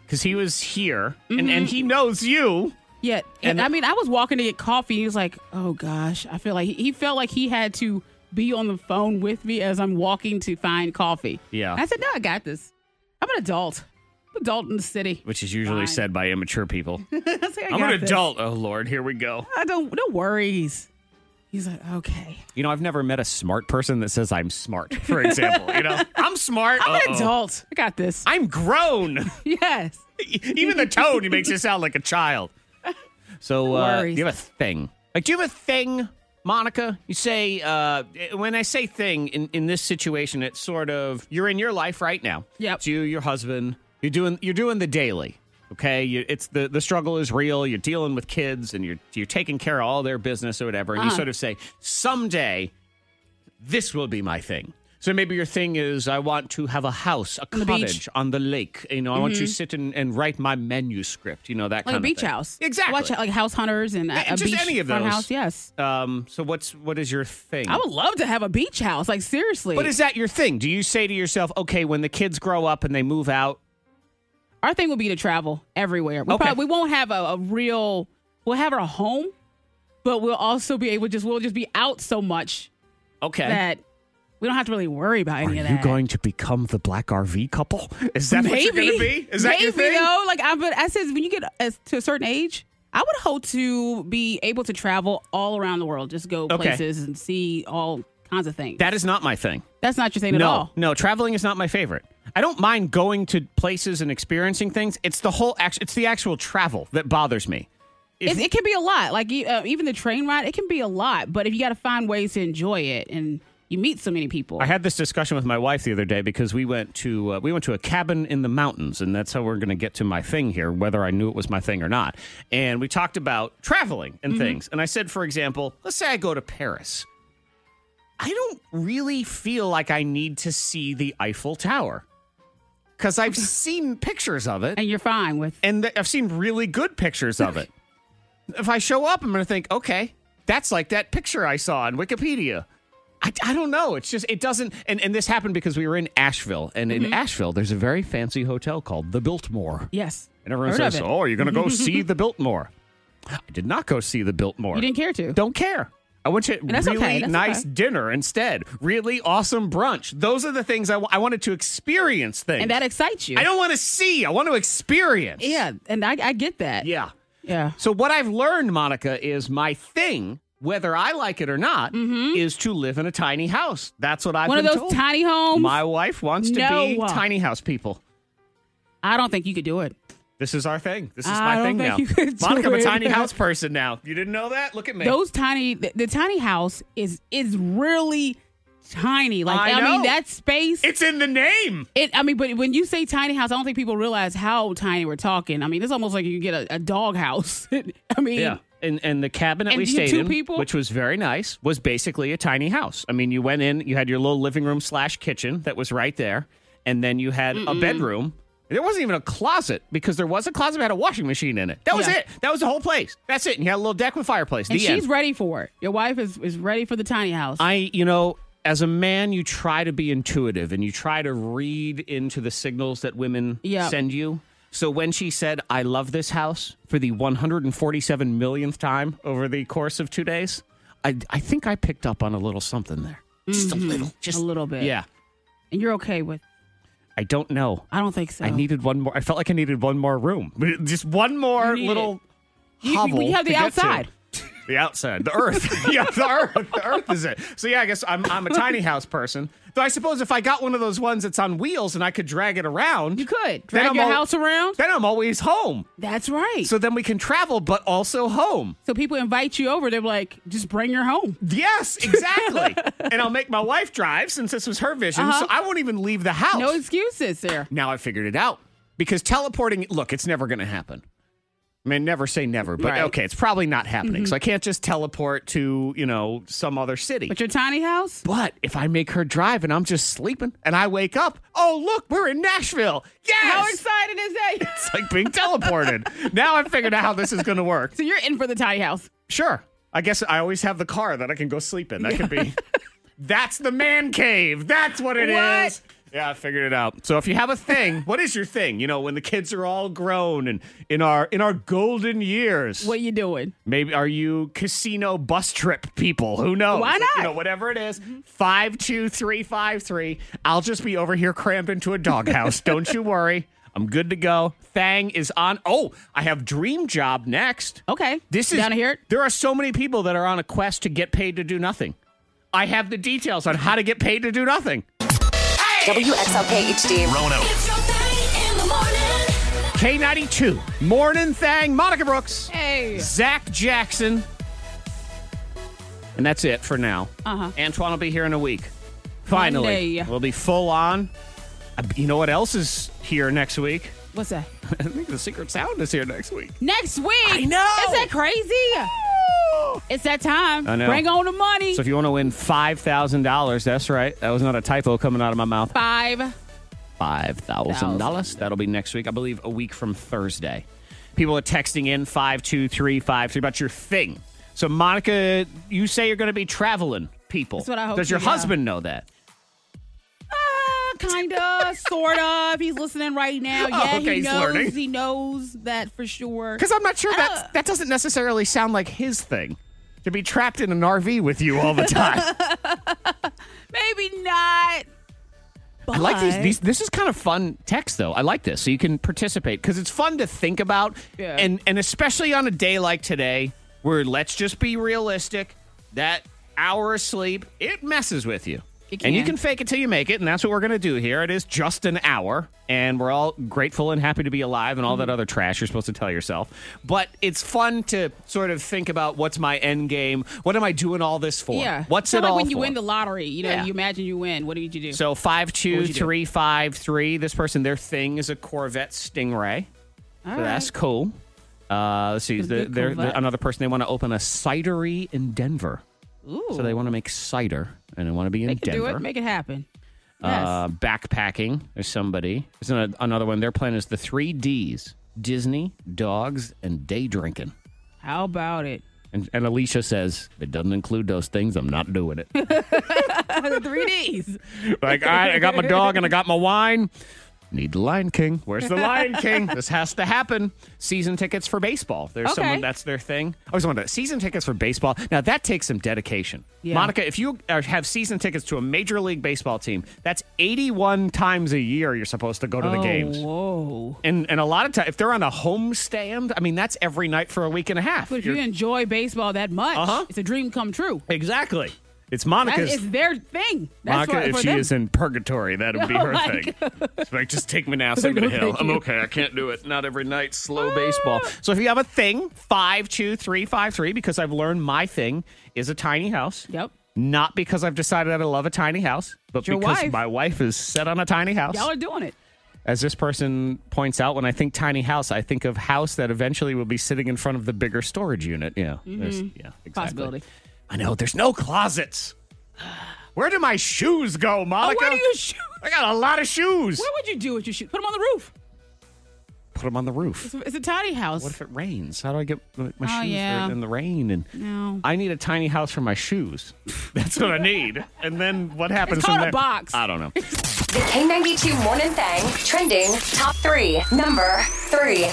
S4: Because he was here and, and he knows you.
S5: Yeah, and,
S4: And-
S5: I mean, I was walking to get coffee. And he was like, "Oh gosh, I feel like he, he felt like he had to be on the phone with me as I'm walking to find coffee."
S4: Yeah.
S5: I said, "No, I got this. I'm an adult, I'm an adult in the city."
S4: Which is usually
S5: Fine.
S4: said by immature people.
S5: I was like, I
S4: I'm
S5: got
S4: an
S5: this.
S4: adult. Oh, Lord, here we go.
S5: I don't. No worries. He's like, "Okay,
S4: You know, I've never met a smart person that says I'm smart, for example. you know, I'm smart.
S5: I'm an
S4: Uh-oh.
S5: adult. I got this."
S4: I'm grown.
S5: yes.
S4: Even the tone, he makes you sound like a child. So, uh, do
S5: worries.
S4: you have a thing? Like, do you have a thing, Monica? You say, uh, when I say thing in, in this situation, it's sort of you're in your life right now.
S5: Yep.
S4: It's you, your husband. You're doing you're doing the daily. Okay, you, it's the the struggle is real. You're dealing with kids, and you're you're taking care of all their business or whatever.
S5: Uh-huh.
S4: And you sort of say, someday, this will be my thing. So maybe your thing is I want to have a house, a
S5: the
S4: cottage
S5: beach. Mm-hmm.
S4: on the lake. You know, I want to sit and, and write my manuscript. You know that
S5: Like
S4: kind
S5: a beach
S4: of thing.
S5: house.
S4: Exactly.
S5: Watch like house hunters and a,
S4: Yeah,
S5: a
S4: just
S5: beach
S4: any of
S5: front
S4: those.
S5: house. Yes.
S4: um. So what's what is your thing?
S5: I would love to have a beach house. Like seriously.
S4: but is that your thing? Do you say to yourself, okay, when the kids grow up and they move out?
S5: Our thing will be to travel everywhere. We
S4: Okay.
S5: probably we won't have a, a real we'll have our home, but we'll also be able just we'll just be out so much
S4: Okay.
S5: that we don't have to really worry about
S4: are
S5: any of
S4: you
S5: that.
S4: going to become the black RV couple? Is that what you're going to be? Is that
S5: maybe
S4: your thing?
S5: though. Like I, but I says when you get as, to a certain age, I would hope to be able to travel all around the world, just go
S4: Okay.
S5: places and see all kinds of things.
S4: That is not my thing.
S5: That's not your thing at
S4: no,
S5: all.
S4: No, traveling is not my favorite. I don't mind going to places and experiencing things. It's the whole act- it's the actual travel that bothers me. If-
S5: It, it can be a lot. Like you- uh, even the train ride, it can be a lot. But if you got to find ways to enjoy it, and you meet so many people,
S4: I had this discussion with my wife the other day because we went to uh, we went to a cabin in the mountains, and that's how we're going to get to my thing here, whether I knew it was my thing or not. And we talked about traveling and
S5: Mm-hmm.
S4: things. And I said, for example, let's say I go to Paris. I don't really feel like I need to see the Eiffel Tower because I've seen pictures of it.
S5: and you're fine with
S4: and th- I've seen really good pictures of it. if I show up, I'm going to think, okay, that's like that picture I saw on Wikipedia. I, I don't know. It's just, it doesn't. And, and this happened because we were in Asheville. And
S5: Mm-hmm.
S4: in Asheville, there's a very fancy hotel called the Biltmore.
S5: yes.
S4: And everyone
S5: Heard of
S4: says,
S5: it.
S4: oh, are you going to go see the Biltmore? I did not go see the Biltmore.
S5: You didn't care to.
S4: Don't care. I went to
S5: that's
S4: really
S5: okay, that's
S4: nice
S5: okay.
S4: dinner instead. Really awesome brunch. Those are the things I wa- I wanted to experience things.
S5: and that excites you.
S4: I don't want to see. I want to experience.
S5: Yeah, and I, I get that.
S4: Yeah.
S5: yeah.
S4: So what I've learned, Monica, is my thing, whether I like it or not, is to live in a tiny house. That's what I've
S5: Mm-hmm. One of
S4: been
S5: those
S4: told.
S5: tiny homes.
S4: My wife wants to be
S5: No.
S4: tiny house people.
S5: I don't think you could do it.
S4: This is our thing. This is
S5: I
S4: my
S5: don't
S4: thing
S5: think
S4: now.
S5: you could do
S4: Monica, I'm a
S5: it.
S4: tiny house person now. You didn't know that? Look at me.
S5: Those tiny, the, the tiny house is is really tiny. Like
S4: I
S5: I, mean,
S4: know.
S5: that space.
S4: it's in the name.
S5: It, I mean, but when you say tiny house, I don't think people realize how tiny we're talking. I mean, it's almost like you get a, a dog house. I mean,
S4: Yeah. And, and the cabin that
S5: And
S4: we
S5: you had
S4: stayed
S5: two
S4: in,
S5: people?
S4: which was very nice, was basically a tiny house. I mean, you went in, you had your little living room slash kitchen that was right there, and then you had a bedroom. There wasn't even a closet because there was a closet that had a washing machine in it. That was
S5: Yeah.
S4: it. That was the whole place. That's it. And you had a little deck with fireplace.
S5: and
S4: the
S5: she's
S4: end.
S5: ready for it. Your wife is is ready for the tiny house.
S4: I, you know, as a man, you try to be intuitive and you try to read into the signals that women
S5: Yeah.
S4: send you. So when she said, I love this house for the 147 millionth time over the course of two days, I, I think I picked up on a little something there. Just a little. Just
S5: a little bit.
S4: Yeah.
S5: and you're okay with.
S4: I don't know.
S5: I don't think so.
S4: I needed one more. I felt like I needed one more room. Just one more
S5: You need
S4: little
S5: you,
S4: hovel.
S5: you have
S4: to
S5: the
S4: get to.
S5: outside.
S4: The outside, the earth. yeah, the earth. The earth is it. So yeah, I guess I'm I'm a tiny house person. Though I suppose if I got one of those ones that's on wheels and I could drag it around,
S5: You could
S4: Then
S5: drag
S4: I'm
S5: your
S4: all-
S5: house around.
S4: Then I'm always home.
S5: That's right.
S4: So then we can travel, but also home.
S5: So people invite you over. They're like, just bring her home.
S4: Yes, exactly. and I'll make my wife drive since this was her vision. So I won't even leave the house.
S5: Uh-huh. No excuses there.
S4: Now I figured it out because teleporting. Look, it's never going to happen. I mean, never say never, but
S5: Right. Mm-hmm.
S4: okay, it's probably not happening. So I can't just teleport to, you know, some other city.
S5: But your tiny house?
S4: But if I make her drive and I'm just sleeping and I wake up, oh, look, we're in Nashville. Yes!
S5: How excited is that?
S4: it's like being teleported. now I've figured out how this is going to work.
S5: so you're in for the tiny house.
S4: Sure. I guess I always have the car that I can go sleep in. That could be. That's the man cave. That's what it is.
S5: What?
S4: Yeah, I figured it out. So if you have a thing, what is your thing? You know, when the kids are all grown and in our in our golden years.
S5: What you doing?
S4: Maybe are you casino bus trip people? Who knows?
S5: Why
S4: Like, You
S5: not? Mm-hmm.
S4: know, whatever it is, five two three five three. I'll just be over here crammed into a doghouse. Don't you worry, I'm good to go. Thang is on. Oh, I have dream job next.
S5: Okay.
S4: This is
S5: down here.
S4: There are so many people that are on a quest to get paid to do nothing. I have the details on how to get paid to do nothing.
S2: WXLK HD.
S1: Rono.
S3: It's your thing in the morning.
S4: K ninety two morning thang. Monica Brooks,
S5: Hey.
S4: Zach Jackson, and that's it for now.
S5: Uh-huh.
S4: Antoine will be here in a week. Finally,
S5: Monday.
S4: we'll be full on. Uh, You know what else is here next week?
S5: What's that?
S4: I think the secret sound is here next week.
S5: Next week. I
S4: know.
S5: Is that crazy? It's that time.
S4: I know.
S5: Bring on the money.
S4: So if you want to win five thousand dollars, that's right. That was not a typo coming out of my mouth.
S5: Five.
S4: five thousand dollars. That'll be next week, I believe, a week from Thursday. People are texting in five two three five three about your thing. So Monica, you say you're going to be traveling. People,
S5: That's what I hope
S4: Does
S5: to,
S4: your
S5: yeah.
S4: husband know that?
S5: Uh, kind of, sort of. He's listening right
S4: Oh,
S5: now. yeah,
S4: okay,
S5: he
S4: he's
S5: knows.
S4: learning.
S5: He knows that for sure.
S4: Because I'm not sure
S5: Uh.
S4: that that doesn't necessarily sound like his thing. To be trapped in an RV with you all the time.
S5: Maybe not.
S4: I like these,
S5: But-
S4: these. This is kind of fun text, though. I like this, so you can participate because it's fun to think about,
S5: Yeah.
S4: and and especially on a day like today, where let's just be realistic. That hour of sleep it messes with you,
S5: It
S4: and you
S5: can.
S4: can fake it till you make it, and that's what we're gonna do here. It is just an hour, and we're all grateful and happy to be alive, and all
S5: Mm-hmm.
S4: that other trash you're supposed to tell yourself. But it's fun to sort of think about what's my end game. What am I doing all this for?
S5: Yeah.
S4: What's
S5: Kinda
S4: it
S5: like
S4: all
S5: when you
S4: for?
S5: win the lottery? You know,
S4: Yeah.
S5: you imagine you win. What did you do?
S4: So five two
S5: would you do?
S4: three five three. This person, their thing is a Corvette Stingray. So
S5: All right.
S4: that's cool. Uh, let's see,
S5: It's a
S4: the,
S5: good
S4: they're,
S5: Corvette.
S4: they're- another person they want to open a cidery in Denver.
S5: Ooh.
S4: So they want to make cider and they want to be in
S5: They can
S4: Denver.
S5: do it. Make it happen. Yes.
S4: uh, backpacking. There's somebody. There's an, another one. Their plan is the three D's: Disney, dogs, and day drinking.
S5: How about it?
S4: And, and Alicia says if it doesn't include those things. I'm not doing it.
S5: Three D's.
S4: Like, all right, I got my dog and I got my wine. Need the Lion King. Where's the Lion King? This has to happen. Season tickets for baseball. There's
S5: Okay.
S4: someone that's their thing. Oh, I always wonder season tickets for baseball. Now that takes some dedication.
S5: Yeah.
S4: Monica, if you uh, have season tickets to a major league baseball team, that's 81 times a year you're supposed to go to the games.
S5: Oh, Whoa.
S4: And and a lot of times, if they're on a home stand, I mean that's every night for a week and a half.
S5: But if you
S4: You're-
S5: enjoy baseball that much,
S4: Uh-huh.
S5: it's a dream come true.
S4: exactly. It's
S5: That
S4: Monica's.
S5: is their thing. That's
S4: Monica,
S5: what,
S4: if
S5: for
S4: she
S5: them. Oh
S4: is in purgatory, that would be her
S5: my
S4: thing. It's like, just take me now, send me to hell. I'm okay. I can't do it. Not every night.
S5: Ah.
S4: Slow baseball. So if you have a thing, five two three five three, because I've learned my thing is a tiny house.
S5: Yep.
S4: Not because I've decided I love a tiny house, but
S5: your
S4: because
S5: wife.
S4: my wife is set on a tiny house.
S5: Y'all are doing it.
S4: As this person points out, when I think tiny house, I think of house that eventually will be sitting in front of the bigger storage unit. Yeah, there's- yeah, exactly.
S5: Mm-hmm. Possibility.
S4: I know. There's no closets. Where do my shoes go, Monica?
S5: where Oh, do your shoes-
S4: I got a lot of shoes.
S5: What would you do with your shoes? Put them on the roof.
S4: Put them on the roof.
S5: It's a tiny house.
S4: What if it rains? How do I get my my
S5: Oh,
S4: shoes
S5: yeah.
S4: are in the rain? And
S5: No.
S4: I need a tiny house for my shoes. That's what I need. And then what happens?
S5: called
S4: from
S5: a
S4: there?
S5: box.
S4: I don't know.
S2: The K92 Morning Thang trending top three. Number three.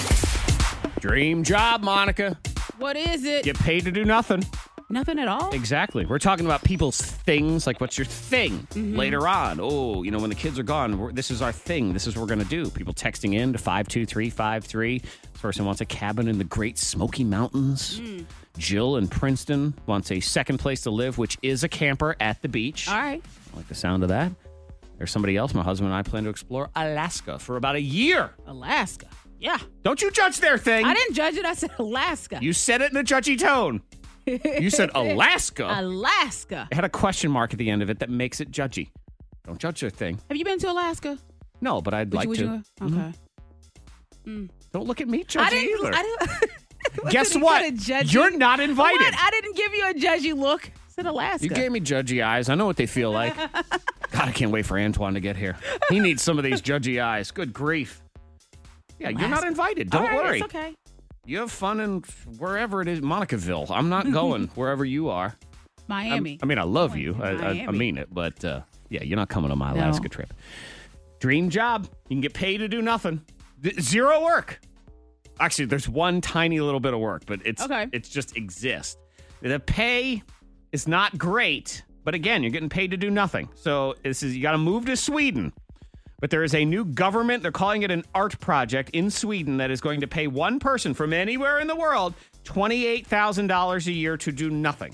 S4: Dream job, Monica.
S5: What is it?
S4: Get paid to do nothing.
S5: Nothing at all.
S4: Exactly. We're talking about people's things. Like, what's your thing
S5: Mm-hmm.
S4: later on? Oh, you know, when the kids are gone, we're, this is our thing. This is what we're going to do. People texting in to 52353. This person wants a cabin in the Great Smoky Mountains.
S5: Mm.
S4: Jill in Princeton wants a second place to live, which is a camper at the beach.
S5: All right.
S4: I like the sound of that. There's somebody else. My husband and I plan to explore Alaska for about a year.
S5: Alaska. Yeah.
S4: Don't you judge their thing.
S5: I didn't judge it. I said Alaska.
S4: You said it in a judgy tone. You said Alaska.
S5: Alaska.
S4: It had a question mark at the end of it that makes it judgy. Don't judge your thing.
S5: Have you been to Alaska?
S4: No, but I'd
S5: Would
S4: like
S5: you, would
S4: to. Mm-hmm.
S5: you- Okay.
S4: Don't look at me judgy
S5: I didn't.
S4: either.
S5: I didn't
S4: Guess
S5: Could've-
S4: what?
S5: could've judged
S4: You're
S5: you.
S4: not invited.
S5: What? I didn't give you a judgy look. It's in Alaska.
S4: You gave me judgy eyes. I know what they feel like. God, I can't wait for Antoine to get here. He needs some of these judgy eyes. Good grief. Yeah, you're not invited. Don't
S5: All right,
S4: worry.
S5: It's okay.
S4: You have fun in wherever it is, Monicaville. I'm not going wherever you are. I'm-
S5: Miami.
S4: I mean, I love you. I, I, I
S5: Miami.
S4: mean it, but uh, yeah, you're not coming on my Alaska trip. Dream job. You can get paid to do nothing. Th- zero work. Actually, there's one tiny little bit of work, but it's
S5: Okay.
S4: it's just exist. The pay is not great, but again, you're getting paid to do nothing. So this is you got to move to Sweden. But there is a new government, they're calling it an art project in Sweden that is going to pay one person from anywhere in the world $28,000 a year to do nothing.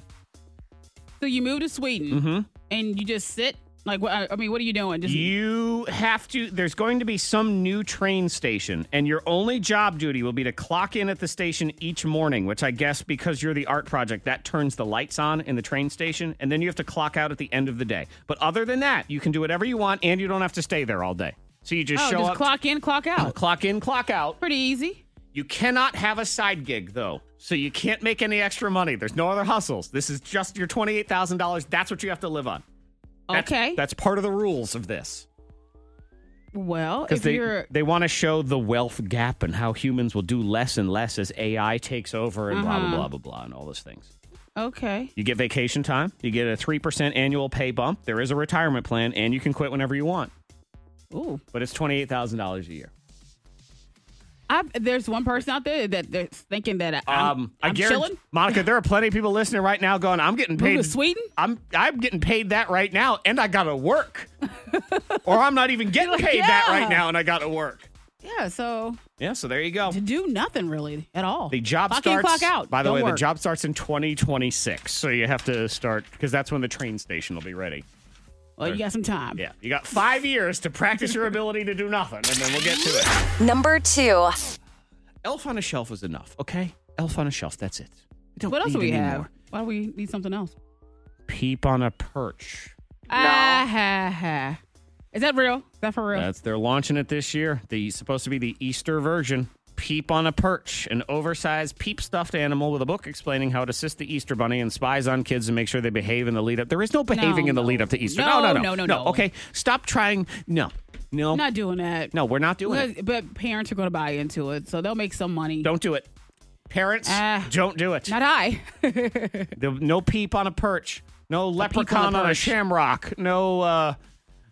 S5: so you moved to Sweden and you just sit? Like, what, I- I mean, what are you doing? Just
S4: Mm-hmm. You have to. There's going to be some new train station, and your only job duty will be to clock in at the station each morning. Which I guess because you're the art project, that turns the lights on in the train station, and then you have to clock out at the end of the day. But other than that, you can do whatever you want, and you don't have to stay there all day. So you just
S5: oh,
S4: show
S5: just
S4: up,
S5: clock in, clock out.
S4: clock in, clock out.
S5: Pretty easy.
S4: You cannot have a side gig though, so you can't make any extra money. There's no other hustles. This is just your twenty-eight thousand dollars. That's what you have to live on. That's-
S5: Okay.
S4: that's part of the rules of this.
S5: well,
S4: Because
S5: if
S4: they,
S5: you're
S4: they want to show the wealth gap and how humans will do less and less as AI takes over and blah,
S5: Mm-hmm.
S4: blah, blah, blah, blah, and all those things.
S5: okay,
S4: You get vacation time, you get a 3% annual pay bump, there is a retirement plan, and you can quit whenever you want.
S5: ooh,
S4: But it's $28,000 a year.
S5: I, there's one person out there that they're thinking that I, am
S4: Um, I
S5: I'm
S4: guarantee,
S5: chilling.
S4: Monica, there are plenty of people listening right now going, I'm getting paid.
S5: to Sweden?
S4: I'm, I'm getting paid that right now, and I got to work. or I'm not even getting paid that right
S5: yeah.
S4: now, and I got to work.
S5: Yeah, so
S4: Yeah, so there you go.
S5: to do nothing really at all.
S4: The job
S5: clock
S4: starts.
S5: in, clock out.
S4: By the
S5: Don't
S4: way, the
S5: work.
S4: job starts in 2026, so you have to start because that's when the train station will be ready.
S5: Well, you got some time.
S4: Yeah, you got five years to practice your ability to do nothing, and then we'll get to it.
S2: Number two.
S4: Elf on a shelf is enough, okay? Elf on a shelf, that's it. We don't
S5: What else do
S4: need
S5: we
S4: any
S5: have?
S4: more.
S5: Why do we need something else?
S4: Peep on a perch.
S5: Ah ha ha. Is that real? Is that for real?
S4: That's they're launching it this year. The supposed to be the Easter version. Peep on a perch, an oversized peep stuffed animal with a book explaining how it assists the Easter bunny and spies on kids and make sure they behave in the lead up. There is no behaving
S5: No,
S4: in the
S5: no.
S4: lead up to Easter.
S5: No,
S4: no, no,
S5: no, no, no.
S4: Okay, stop trying. No, no,
S5: I'm not doing that.
S4: no. We're not doing it.
S5: Because- But parents are going to buy into it, so they'll make some money.
S4: Don't do it. Parents,
S5: Ah.
S4: don't do it.
S5: Not I.
S4: The- no peep on a perch. No leprechaun on, a
S5: perch.
S4: shamrock. No, uh,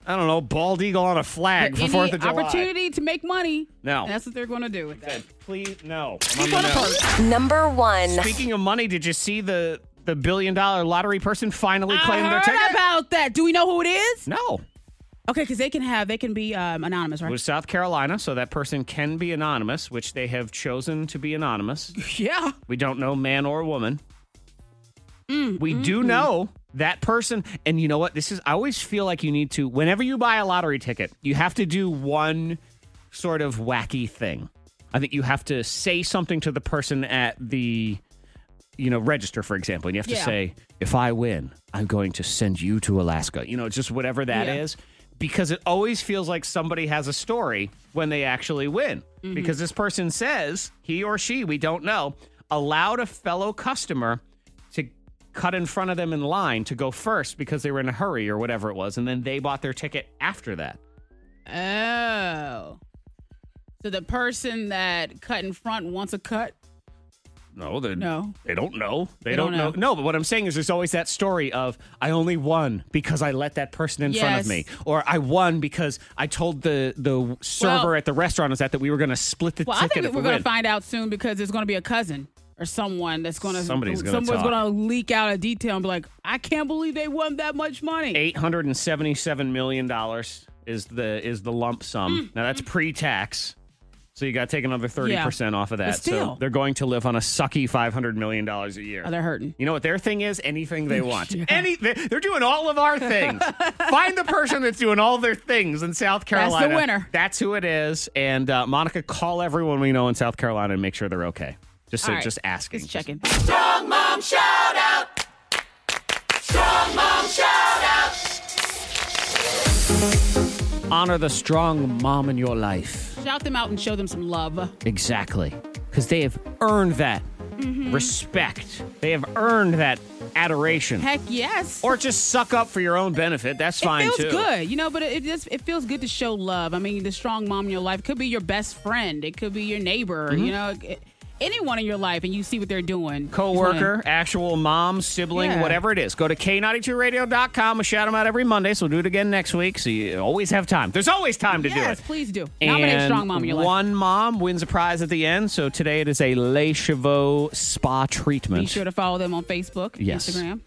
S4: I don't know, bald eagle on a flag for
S5: Any
S4: Fourth of July.
S5: opportunity to make money.
S4: No.
S5: That's what they're going to do with that.
S4: Please, no.
S5: Peep on a perch.
S2: Number one.
S4: Speaking of money, did you see the the billion dollar lottery person finally
S5: I
S4: claimed their
S5: heard
S4: ticket?
S5: about that. Do we know who it is?
S4: no.
S5: Okay, because they can have, they can be um, anonymous,
S4: It
S5: right?
S4: was South Carolina, so that person can be anonymous, which they have chosen to be anonymous.
S5: yeah.
S4: We don't know man or woman.
S5: Mm,
S4: we
S5: mm-hmm.
S4: do know that person. And you know what? This is, I always feel like you need to, whenever you buy a lottery ticket, you have to do one sort of wacky thing. I think you have to say something to the person at the, you know, register, for example. And you have to
S5: Yeah.
S4: say, if I win, I'm going to send you to Alaska. You know, just whatever that is,
S5: Yeah.
S4: Because it always feels like somebody has a story when they actually win.
S5: Mm-hmm.
S4: Because this person says, he or she, we don't know, allowed a fellow customer to cut in front of them in line to go first because they were in a hurry or whatever it was. And then they bought their ticket after that.
S5: Oh. So the person that cut in front wants a cut?
S4: No, they
S5: No.
S4: They don't know. They,
S5: They
S4: don't,
S5: don't
S4: know.
S5: know.
S4: No, but what I'm saying is, there's always that story of I only won because I let that person in front of
S5: Yes.
S4: me, or I won because I told the the server
S5: Well-
S4: at the restaurant I was at that we were going to split the
S5: Well, I
S4: ticket.
S5: think
S4: if
S5: we're
S4: we
S5: going
S4: win.
S5: to find out soon because there's going to be a cousin or someone that's going to
S4: Somebody's gonna
S5: someone's
S4: talk.
S5: going to leak out a detail and be like, I can't believe they won that much money.
S4: eight hundred and seventy seven million dollars is the is the lump
S5: Hmm.
S4: sum. Now that's pre tax. So you got to take another thirty percent off of that. so
S5: still.
S4: they're going to live on a sucky five hundred million dollars a year.
S5: Oh, they're hurting.
S4: You know what their thing is? Anything they want. Any they- they're doing all of our things. Find the person that's doing all their things in South
S5: the
S4: Carolina.
S5: winner.
S4: That's who it is. And uh, Monica, call everyone we know in South Carolina and make sure they're okay. Just so,
S5: All right.
S4: just asking.
S5: Just checking.
S4: Honor the strong mom in your life.
S5: Shout them out and show them some love.
S4: Exactly. Because they have earned that
S5: Mm-hmm.
S4: respect. They have earned that adoration.
S5: Heck yes.
S4: Or just suck up for your own benefit. That's fine
S5: it
S4: too.
S5: feels good, you know. But it it just it feels good to show love. I mean, the strong mom in your life could be your best friend. It could be your neighbor. You know,
S4: Mm-hmm.
S5: it- anyone in your life, and you see what they're doing.
S4: Coworker, actual mom, sibling,
S5: Yeah.
S4: whatever it is. Go to K92radio.com. We shout them out every Monday, so we'll do it again next week. So you always have time. There's always time to do
S5: yes,
S4: it.
S5: please do. Nominate
S4: And
S5: strong mom in your life.
S4: One mom wins a prize at the end. So today it is a Le Chevaux spa treatment.
S5: Be sure to follow them on Facebook,
S4: Yes.
S5: Instagram.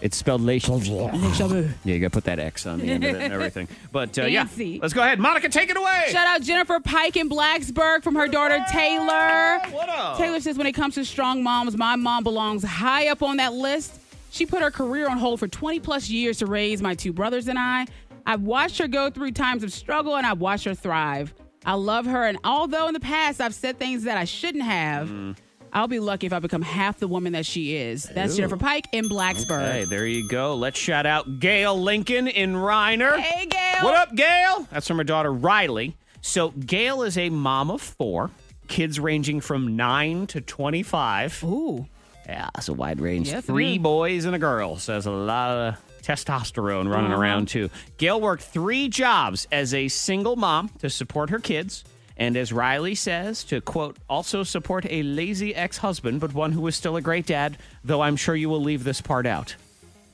S4: It's spelled Le Chevaux. Yeah, you got to put that X on the end of it and everything. But uh, yeah,
S5: Fancy.
S4: let's go ahead. Monica, take it away.
S5: Shout out Jennifer Pike in Blacksburg from her daughter Taylor.
S4: What up?
S5: Taylor says, when it comes to strong moms, my mom belongs high up on that list. She put her career on hold for 20 plus years to raise my two brothers and I. I've watched her go through times of struggle and I've watched her thrive. I love her. And although in the past I've said things that I shouldn't have,
S4: Mm.
S5: I'll be lucky if I become half the woman that she is. That's Jennifer Pike in Blacksburg.
S4: Hey, there you go. Let's shout out Gail Lincoln in Reiner.
S5: Hey, Gail.
S4: What up, Gail? That's from her daughter, Riley. So, Gail is a mom of four, kids ranging from nine to 25.
S5: Ooh.
S4: Yeah, that's a wide range.
S5: Yes, it
S4: Three
S5: is.
S4: boys and a girl. So, that's a lot of testosterone running
S5: Uh-huh.
S4: around, too. Gail worked three jobs as a single mom to support her kids. And as Riley says, to quote, also support a lazy ex husband, but one who was still a great dad, though I'm sure you will leave this part out.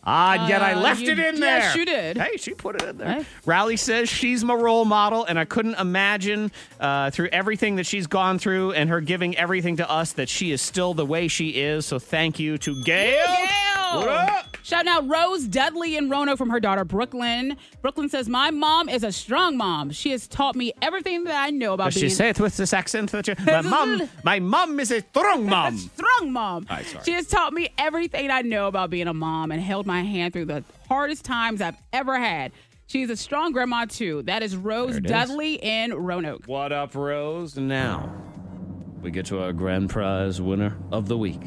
S4: Ah, yet I
S5: Uh,
S4: left
S5: you-
S4: it in there.
S5: yes, you did.
S4: Hey, she put it in there.
S5: Hey.
S4: Riley says she's my role model, and I couldn't imagine uh, through everything that she's gone through and her giving everything to us that she is still the way she is. So thank you to Gail.
S5: Gail.
S4: What up?
S5: Shouting out Rose Dudley and Rono from her daughter Brooklyn. Brooklyn says, "My mom is a strong mom. She has taught me everything that I know about
S4: Does she
S5: being
S4: say it with this accent? That you, my mom, my mom is a strong
S5: a
S4: mom.
S5: strong mom.
S4: right, sorry.
S5: She has taught me everything I know about being a mom and held my hand through the hardest times I've ever had. She's a strong grandma too. That is Rose
S4: There it is.
S5: Dudley in Roanoke.
S4: What up, Rose? And Now we get to our grand prize winner of the week.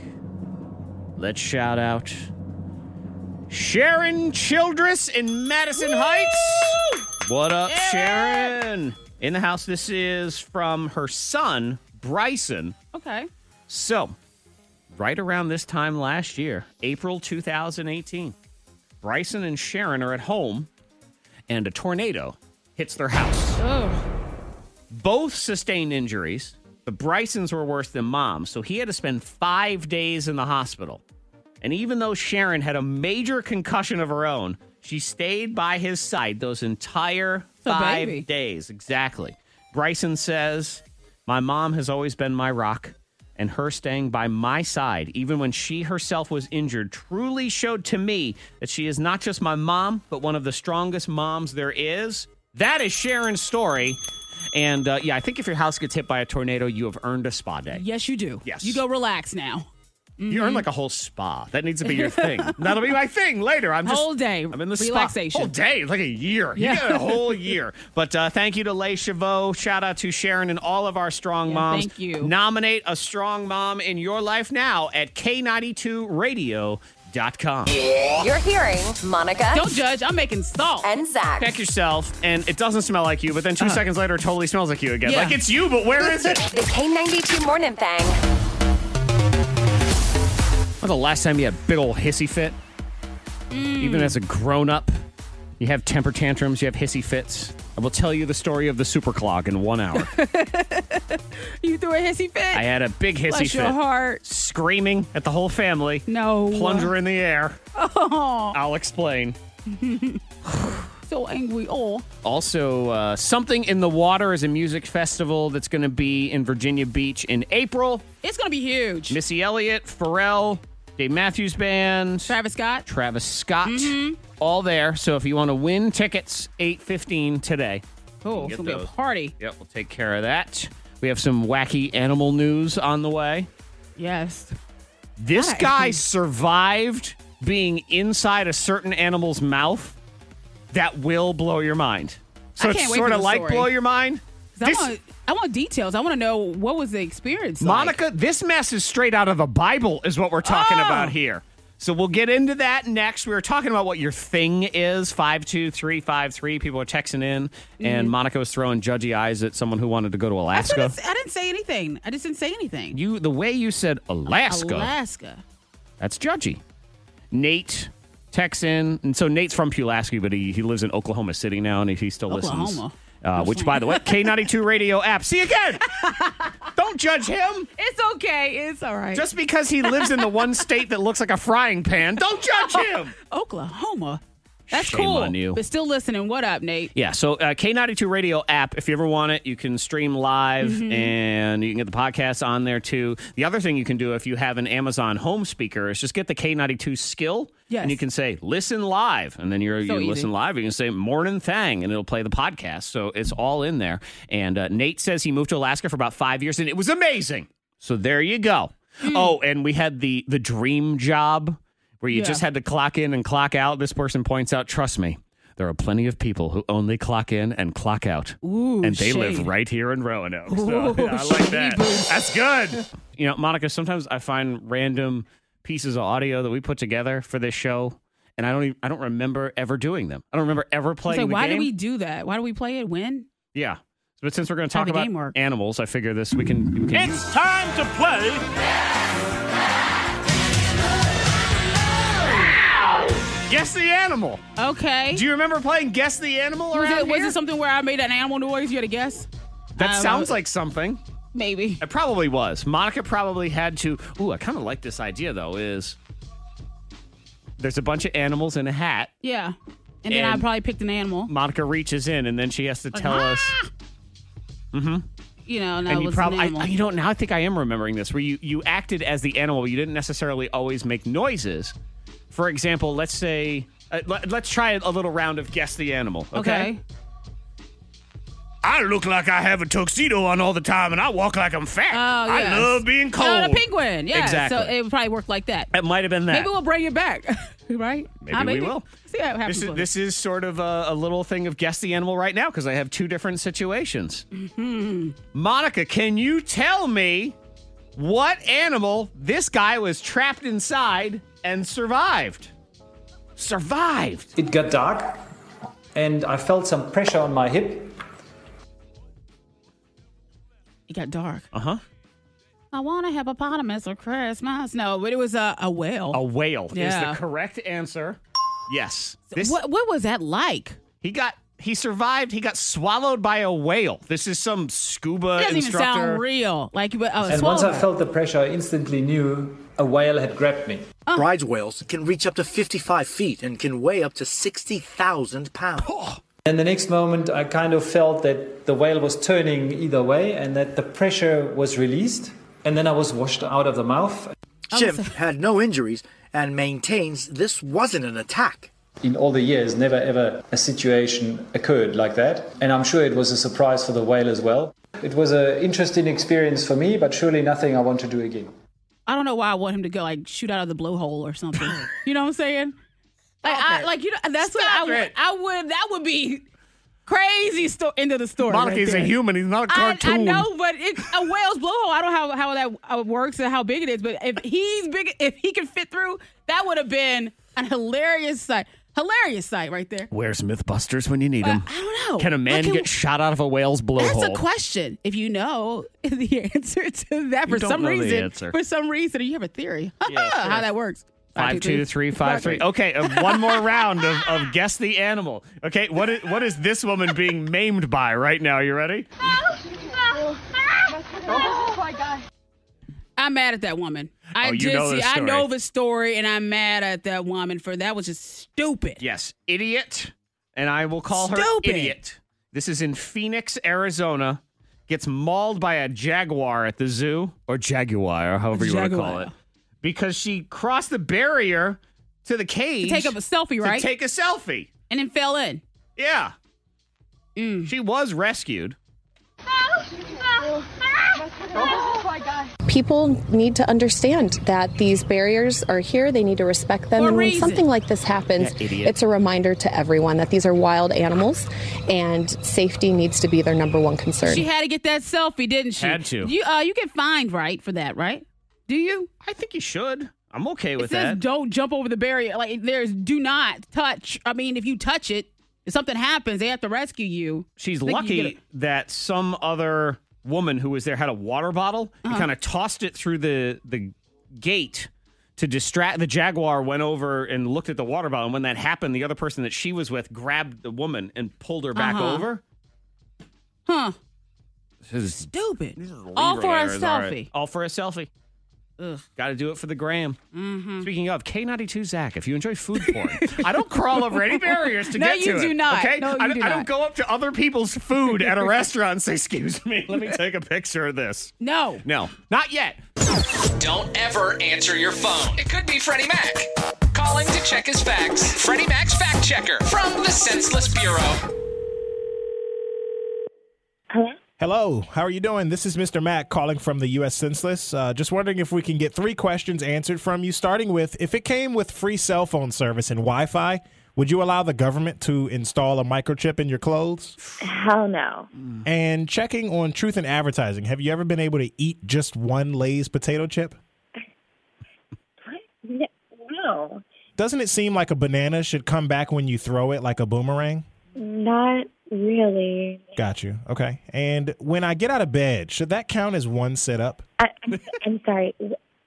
S4: Let's shout out Sharon Childress in Madison Heights. What up, Sharon? In the house, this is from her son, Bryson.
S5: Okay.
S4: So, right around this time last year, April 2018, Bryson and Sharon are at home and a tornado hits their house
S5: Oh,
S4: both sustained injuries. The Brysons were worse than mom, so he had to spend five days in the hospital. And even though Sharon had a major concussion of her own, she stayed by his side those entire
S5: a
S4: five
S5: baby.
S4: days. Exactly. Bryson says, My mom has always been my rock, and her staying by my side, even when she herself was injured, truly showed to me that she is not just my mom, but one of the strongest moms there is. That is Sharon's story. And uh, yeah, I think if your house gets hit by a tornado, you have earned a spa day.
S5: yes, you do.
S4: Yes.
S5: You go relax now.
S4: You earn like
S5: Mm-hmm.
S4: a whole spa. That needs to be your thing. That'll be my thing later. I'm just
S5: Whole day.
S4: I'm in the
S5: Relaxation.
S4: Spa. Whole day, like a year. You
S5: Yeah.
S4: got a whole year. But uh, thank you to Lay Chavot. Shout out to Sharon and all of our strong
S5: Yeah,
S4: moms.
S5: thank you.
S4: Nominate a strong mom in your life now at K92Radio.com.
S2: You're hearing Monica
S5: Don't judge. I'm making salt.
S2: and Zach.
S4: Check yourself, and it doesn't smell like you, but then 2 seconds later, it totally smells like you again.
S5: Uh-huh. Yeah.
S4: Like it's you, but where is it?
S2: The K92 Morning Thing.
S4: When's the last time you had a big old hissy fit?
S5: Mm.
S4: Even as a grown up, you have temper tantrums, you have hissy fits. I will tell you the story of the super clog in one hour.
S5: You threw a hissy fit.
S4: I had a big hissy
S5: Bless
S4: fit.
S5: your heart.
S4: Screaming at the whole family.
S5: No. Oh.
S4: Plunger in the air. I'll explain.
S5: So angry. Oh.
S4: Also, uh, something in the water is a music festival that's going to be in Virginia Beach in April.
S5: It's gonna be huge.
S4: Missy Elliott, Pharrell, Dave Matthews Band.
S5: Travis Scott.
S4: Travis Scott.
S5: Mm-hmm.
S4: All there. So if you want to win tickets, 815 today.
S5: Oh,
S4: get
S5: it's gonna be a
S4: those.
S5: party.
S4: Yep, we'll take care of that. We have some wacky animal news on the way.
S5: Yes.
S4: This
S5: Hi.
S4: guy survived being inside a certain animal's mouth that will blow your mind. So
S5: I
S4: it's
S5: can't wait
S4: sort
S5: for
S4: of
S5: the
S4: like
S5: story.
S4: blow your mind.
S5: 'Cause
S4: This-
S5: I want I want details. I want to know what was the experience. like.
S4: Monica, this mess is straight out of the Bible, is what we're talking
S5: Oh.
S4: about here. So we'll get into that next. We were talking about what your thing is 52353. People are texting in, and Monica was throwing judgy eyes at someone who wanted to go to
S5: I, said
S4: Alaska.
S5: Mm-hmm. it's- I didn't say anything. I just didn't say anything.
S4: You the way you said Alaska,
S5: Alaska.
S4: that's judgy. Nate texts in, and so Nate's from Pulaski, but he, he lives in Oklahoma City now, and he, he still listens.
S5: Oklahoma.
S4: Uh, which, by the way, K92 radio app. See again, don't judge him
S5: It's okay. It's all right.
S4: just because he lives in the one state that looks like a frying pan. Don't judge him.
S5: Oklahoma. That's
S4: Shame
S5: cool.
S4: on you.
S5: But still listening. What up, Nate?
S4: Yeah, so uh, K92 Radio app, if you ever want it, you can stream live and you can get the podcast on there too. The other thing you can do if you have an Amazon home speaker is just get the K92 skill.
S5: Yes.
S4: And you can say, listen live. And then you're,
S5: So
S4: you
S5: easy.
S4: listen live. You can say, morning thang, and it'll play the podcast. So it's all in there. And uh, Nate says he moved to Alaska for about five years and it was amazing. So there you go. Oh, and we had the the dream job where you
S5: Yeah.
S4: just had to clock in and clock out. This person points out, trust me, there are plenty of people who only clock in and clock out.
S5: Ooh,
S4: and they live
S5: shade.
S4: right here in Roanoke. So,
S5: Ooh,
S4: yeah, I like that.
S5: shade.
S4: That's good. You know, Monica, sometimes I find random pieces of audio that we put together for this show. And I don't even, I don't remember ever doing them. I don't remember ever
S5: It's
S4: playing
S5: like,
S4: the
S5: why
S4: game.
S5: do we do that? Why do we play it? When?
S4: Yeah. But since we're going to
S5: How
S4: talk
S5: the
S4: about
S5: game work.
S4: animals, I figure this we can. We can it's time to play. Guess the animal.
S5: Okay.
S4: Do you remember playing Guess the Animal
S5: was,
S4: around
S5: it, was
S4: here?
S5: it something where I made an animal noise? You had to guess?
S4: that
S5: Um,
S4: sounds like something.
S5: Maybe.
S4: It probably was. Monica probably had to. Ooh, I kind of like this idea though. Is there's a bunch of animals in a hat.
S5: Yeah. And then I
S4: And-
S5: probably picked an animal.
S4: Monica reaches in and then she has to tell
S5: "Ah!"
S4: us. Mm-hmm.
S5: You know, and, I
S4: and you
S5: was
S4: probably
S5: an animal.
S4: I, you know now I think I am remembering this where you you acted as the animal you didn't necessarily always make noises for example let's say uh, let, us try a little round of guess the animal okay,
S5: okay.
S4: I look like I have a tuxedo on all the time and I walk like I'm fat
S5: Oh, yes.
S4: I love being cold
S5: Oh, the penguin. Yeah.
S4: exactly
S5: So it would probably work like that.
S4: it might have been that
S5: Maybe we'll bring it back. right?
S4: Maybe
S5: I
S4: we
S5: think-
S4: will.
S5: See what happens.
S4: This is,
S5: with it.
S4: this is sort of a, a little thing of guess the animal right now because I have two different situations.
S5: Mm-hmm.
S4: Monica, can you tell me what animal this guy was trapped inside and survived? Survived.
S7: It got dark, and I felt some pressure on my hip.
S5: It got dark.
S4: Uh huh.
S5: I want a hippopotamus for Christmas. No, but it was a, a whale.
S4: A whale
S5: Yeah.
S4: is the correct answer. Yes. This
S5: what, what was that like?
S4: he got. He survived. He got swallowed by a whale. This is some scuba
S5: It doesn't
S4: instructor.
S5: even sound real. Like, but, oh,
S7: And once I
S5: swallow.
S7: felt the pressure, I instantly knew a whale had grabbed me.
S8: Bride's whales can reach up to 55 feet and can weigh up to 60,000 pounds.
S7: And the next moment, I kind of felt that the whale was turning either way and that the pressure was released. And then I was washed out of the mouth.
S8: Chimp had no injuries and maintains this wasn't an attack.
S7: In all the years, never ever a situation occurred like that. And I'm sure it was a surprise for the whale as well. It was an interesting experience for me, but surely nothing I want to do again.
S5: I don't know why I want him to go like shoot out of the blowhole or something. you know what I'm saying? Like, I, like you know, that's what I
S4: Stop
S5: would.
S4: it.
S5: I would. That would be crazy. Sto- end of the story.
S4: Monica,
S5: right
S4: he's a
S5: there.
S4: human. He's not a
S5: I,
S4: cartoon.
S5: I know, but it, a whale's blowhole. I don't know how, how that uh, works and how big it is. But if he's big, if he can fit through, that would have been an hilarious sight. Hilarious sight right there.
S4: Where's MythBusters when you need him?
S5: I don't know.
S4: Can a man
S5: Like, can-
S4: get shot out of a whale's blowhole?
S5: That's a question. If you know the answer to that for
S4: don't
S5: some
S4: know the
S5: reason,
S4: answer.
S5: for some reason, you have a theory how that works.
S4: Five, two, three, five, three.
S5: Oh,
S4: Okay, uh, one more round of, of guess the animal. Okay, what is what is this woman being maimed by right now? You ready?
S5: I'm mad at that woman. I
S4: Oh, you
S5: did
S4: know
S5: see.
S4: the
S5: I
S4: story.
S5: know the story, and I'm mad at that woman for that was just stupid.
S4: Yes, idiot. And I will call
S5: Stupid.
S4: her idiot. This is in Phoenix, Arizona. Gets mauled by a jaguar at the zoo or jaguar, or however you want to call
S5: Jaguar.
S4: it, because she crossed the barrier to the cage
S5: Take up a selfie,
S4: to
S5: right?
S4: take a selfie.
S5: and then fell in.
S4: Yeah.
S5: Mm.
S4: She was rescued.
S9: people need to understand that these barriers are here. They need to respect them.
S5: For a
S9: and when
S5: reason.
S9: something like this happens,
S4: Yeah, idiot.
S9: it's a reminder to everyone that these are wild animals and safety needs to be their number one concern.
S5: She had to get that selfie, didn't she?
S4: Had to.
S5: You uh, you get fined right for that, right? Do you?
S4: I think you should. I'm okay
S5: It
S4: with
S5: says
S4: that.
S5: don't jump over the barrier. Like there's do not touch. I mean, if you touch it, if something happens, they have to rescue you.
S4: She's
S5: Like, you
S4: lucky
S5: get
S4: that some other woman who was there had a water bottle
S5: Uh-huh.
S4: and kind of tossed it through the the gate to distract the jaguar went over and looked at the water bottle and when that happened the other person that she was with grabbed the woman and pulled her back
S5: Uh-huh.
S4: over
S5: a- huh?
S4: This is-
S5: Stupid.
S4: this is
S5: All
S4: leader
S5: for a
S4: errors, all right.
S5: selfie.
S4: all for a selfie
S5: Ugh. Mm-hmm.
S4: Got to do it for the gram. Speaking of K92 Zach, if you enjoy food porn, I don't crawl over any barriers to
S5: No,
S4: get
S5: you
S4: to
S5: do
S4: it,
S5: not.
S4: Okay,
S5: No,
S4: I,
S5: you do
S4: I don't
S5: not.
S4: go up to other people's food at a restaurant and say, "Excuse me, let me take a picture of this."
S5: No.
S4: No, not yet.
S10: Don't ever answer your phone. It could be Freddie Mac. Calling to check his facts. Freddie Mac's Fact Checker from the Senseless Bureau.
S11: Hello, how are you doing? This is Mr. Mack calling from the U.S. Senseless. Uh, just wondering if we can get three questions answered from you, starting with if it came with free cell phone service and Wi Fi, would you allow the government to install a microchip in your clothes?
S12: Hell no.
S11: And checking on truth in advertising, have you ever been able to eat just one Lay's potato chip?
S12: N- No.
S11: Doesn't it seem like a banana should come back when you throw it like a boomerang?
S12: Not really.
S11: Got you. Okay. And when I get out of bed, should that count as one sit up?
S12: I, I'm, I'm sorry.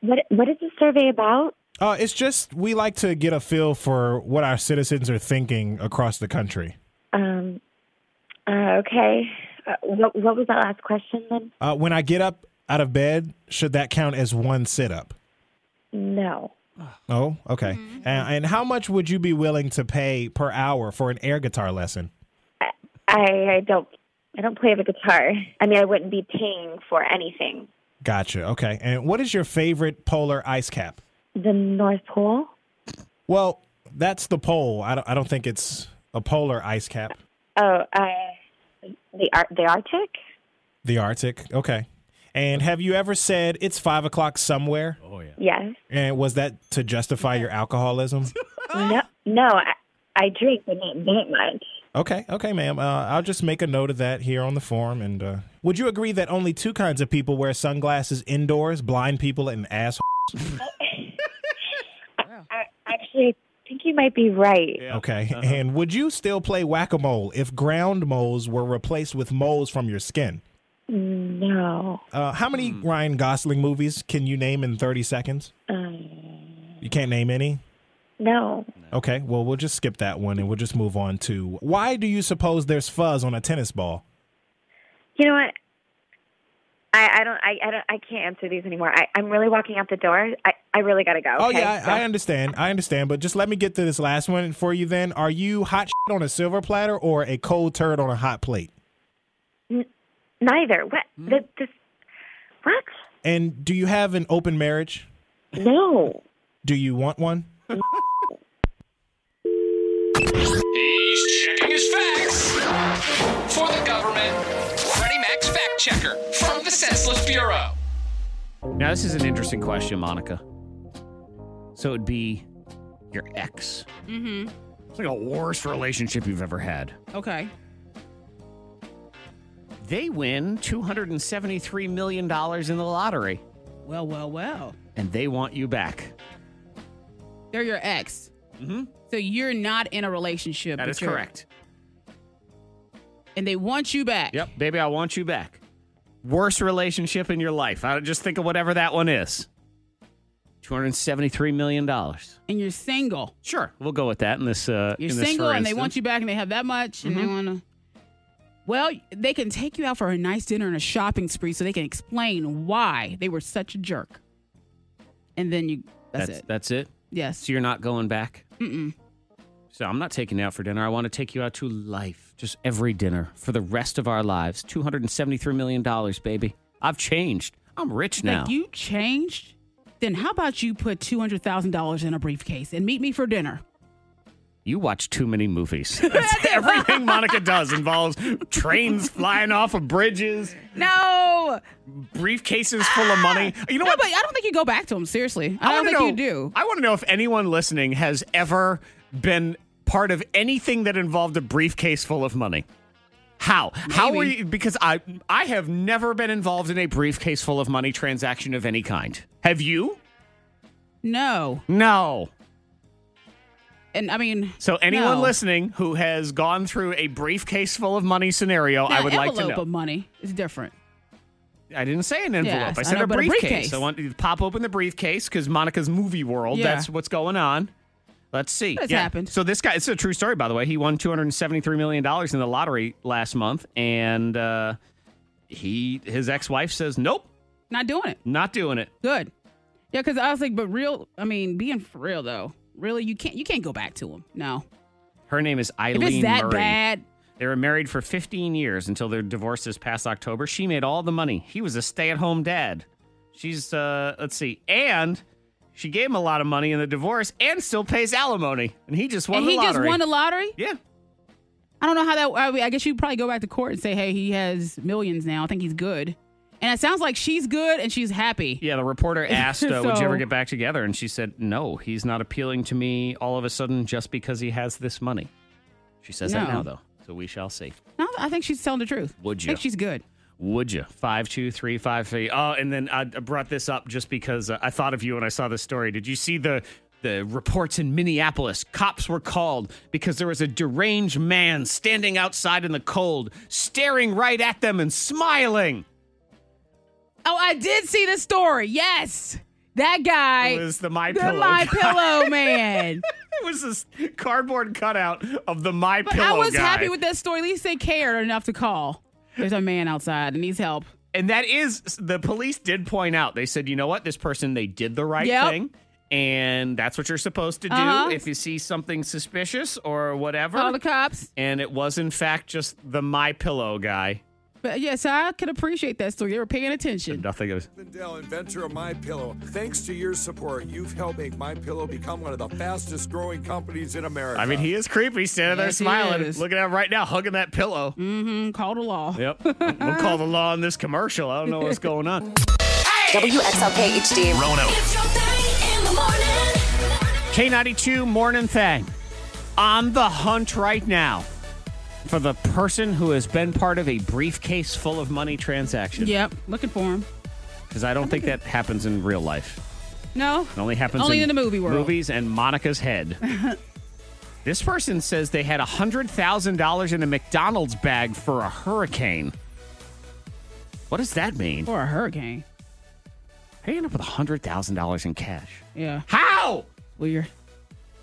S12: What What is the survey about?
S11: Uh, it's just we like to get a feel for what our citizens are thinking across the country.
S12: Um. Uh, okay. Uh, what What was that last question then?
S11: Uh, when I get up out of bed, should that count as one sit up?
S12: No.
S11: Oh, okay. A- and how much would you be willing to pay per hour for an air guitar lesson?
S12: I I don't I don't play the guitar. I mean, I wouldn't be paying for anything.
S11: Gotcha. Okay. And what is your favorite polar ice cap?
S12: The North Pole.
S11: Well, that's the pole. I don't, I don't think it's a polar ice cap.
S12: Oh, I the Ar- the Arctic.
S11: The Arctic. Okay. And have you ever said it's five o'clock somewhere?
S12: Yes.
S11: And was that to justify your alcoholism?
S12: No. No. I, I drink, but not that much.
S11: Okay, okay, ma'am. Uh, I'll just make a note of that here on the form. And uh, would you agree that only two kinds of people wear sunglasses indoors: blind people and assholes?
S12: I, actually, I think you might be right.
S11: Okay. And would you still play whack-a-mole if ground moles were replaced with moles from your skin?
S12: No.
S11: Uh, how many Ryan Gosling movies can you name in thirty seconds?
S12: Um,
S11: You can't name any.
S12: no.
S11: Okay. Well, we'll just skip that one and we'll just move on to why do you suppose there's fuzz on a tennis ball?
S12: You know what? I, I don't I, I don't I can't answer these anymore. I, I'm really walking out the door. I, I really gotta go.
S11: Oh
S12: okay?
S11: yeah,
S12: So-
S11: I, I understand. I understand, but just let me get to this last one for you. Then, are you hot shit on a silver platter or a cold turd on a hot plate? Hmm.
S12: Neither. What? The, this, what?
S11: And do you have an open marriage?
S12: No.
S11: Do you want one?
S10: He's checking his facts for the government. Freddie Mac's Fact Checker from the Senseless Bureau.
S4: Now this is an interesting question, Monica. So it'd be your ex.
S5: Mm-hmm.
S4: It's like a worst relationship you've ever had.
S5: Okay.
S4: They win two hundred and seventy-three million dollars in the lottery,
S5: Well, well, well.
S4: and they want you back.
S5: They're your ex.
S4: Mm-hmm.
S5: So you're not in a relationship.
S4: That
S5: but
S4: is
S5: you're-
S4: correct.
S5: And they want you back.
S4: Yep, baby, I want you back. Worst relationship in your life. I just think of whatever that one is. Two hundred seventy-three million dollars.
S5: And you're single.
S4: Sure, we'll go with that in this. Uh,
S5: You're
S4: in this
S5: single
S4: for
S5: and
S4: instance.
S5: they
S4: Mm-hmm.
S5: want you back and they have that much and they want to. Well, they can take you out for a nice dinner and a shopping spree so they can explain why they were such a jerk. And then you, that's, it.
S4: That's it.
S5: Yes.
S4: So you're not going back.
S5: Mm-mm.
S4: So I'm not taking you out for dinner. I want to take you out to life, just every dinner for the rest of our lives. Two hundred and seventy-three million dollars, baby. I've changed. I'm rich now.
S5: Like you changed? Then how about you put $200,000 in a briefcase and meet me for dinner?
S4: You watch too many movies. That's everything Monica does involves trains flying off of bridges,
S5: No.
S4: briefcases full of money. You know
S5: Ah! No,
S4: what?
S5: but I don't think you go back to him. Seriously. I, don't
S4: wanna
S5: think
S4: know,
S5: you do.
S4: I want to know if anyone listening has ever been part of anything that involved a briefcase full of money. How? How were
S5: Maybe.
S4: you? Because I I have never been involved in a briefcase full of money transaction of any kind. Have you?
S5: No.
S4: No.
S5: And I mean,
S4: So anyone
S5: no.
S4: listening who has gone through a briefcase full of money scenario,
S5: Now,
S4: I would like to
S5: envelope
S4: know.
S5: of money is different.
S4: I didn't say an envelope.
S5: Yes,
S4: I
S5: I
S4: said
S5: know,
S4: a,
S5: but a
S4: briefcase.
S5: briefcase.
S4: I want you to pop open the briefcase because Monica's movie world.
S5: Yeah.
S4: That's what's going on. Let's see.
S5: That's happened.
S4: So this guy, it's a true story, by the way. He won two hundred and seventy-three million dollars in the lottery last month, and uh, he his ex-wife says, "Nope,
S5: Not doing it.
S4: not doing it."
S5: Good. Yeah, because I was like, but real. I mean, being for real though, really, you can't you can't go back to him. No.
S4: Her name is Eileen
S5: if it's that
S4: Murray.
S5: bad,
S4: They were married for 15 years until their divorce this past October. She made all the money. He was a stay-at-home dad. She's uh let's see. And she gave him a lot of money in the divorce and still pays alimony. And he just won
S5: and
S4: the
S5: he
S4: lottery.
S5: just won the lottery.
S4: Yeah.
S5: I don't know how that. I, mean, I guess you probably go back to court and say, hey, he has millions now. I think he's good. And it sounds like she's good and she's happy.
S4: yeah, the reporter asked, uh, "Would you ever
S5: So-
S4: get back together?" And she said, "No, he's not appealing to me all of a sudden just because he has this money." She says that
S5: No.
S4: now though. So we shall see.
S5: No, I think she's telling the truth.
S4: Would
S5: I
S4: you?
S5: think she's good.
S4: Would you? Five, two, three, five, three. Oh, and then I I brought this up just because uh, I thought of you when I saw this story. Did you see the the reports in Minneapolis? Cops were called because there was a deranged man standing outside in the cold, staring right at them and smiling.
S5: Oh, I did see the story. Yes. That guy.
S4: It was the My
S5: the
S4: Pillow
S5: My
S4: guy.
S5: Pillow man.
S4: It was this cardboard cutout of the My
S5: But
S4: Pillow
S5: I was
S4: guy.
S5: happy with that story. At least they cared enough to call. There's a man outside and needs help.
S4: And that is the police did point out. They said, you know what, this person they did the right
S5: Yep.
S4: thing, and that's what you're supposed to do
S5: Uh-huh.
S4: if you see something suspicious or whatever.
S5: Call the cops.
S4: and it was in fact just the My Pillow guy.
S5: But yes, I could appreciate that story. They were paying attention.
S4: Nothing. Is-
S13: Lindell, inventor of My Pillow. Thanks to your support, you've helped make My Pillow become one of the fastest growing companies in America.
S4: I mean, he is creepy standing
S13: Yes, he
S4: there smiling,
S13: is.
S4: looking at him right now, hugging that pillow.
S5: Mm-hmm. Call the law.
S4: Yep. we'll call the law on this commercial. I don't know what's going on.
S2: WXLK HD.
S4: Rono.
S3: It's your thing in the morning.
S4: K92 Morning Thing on the hunt right now for the person who has been part of a briefcase full of money transaction.
S5: Yep. Looking for him.
S4: Because I don't think that happens in real life.
S5: No.
S4: It only happens
S5: Only in the movie world.
S4: Movies and Monica's head. this person says they had $100,000 in a McDonald's bag for a hurricane. What does that mean?
S5: For a hurricane.
S4: How do you end up with $100,000 in cash?
S5: Yeah.
S4: How?
S5: Well, you're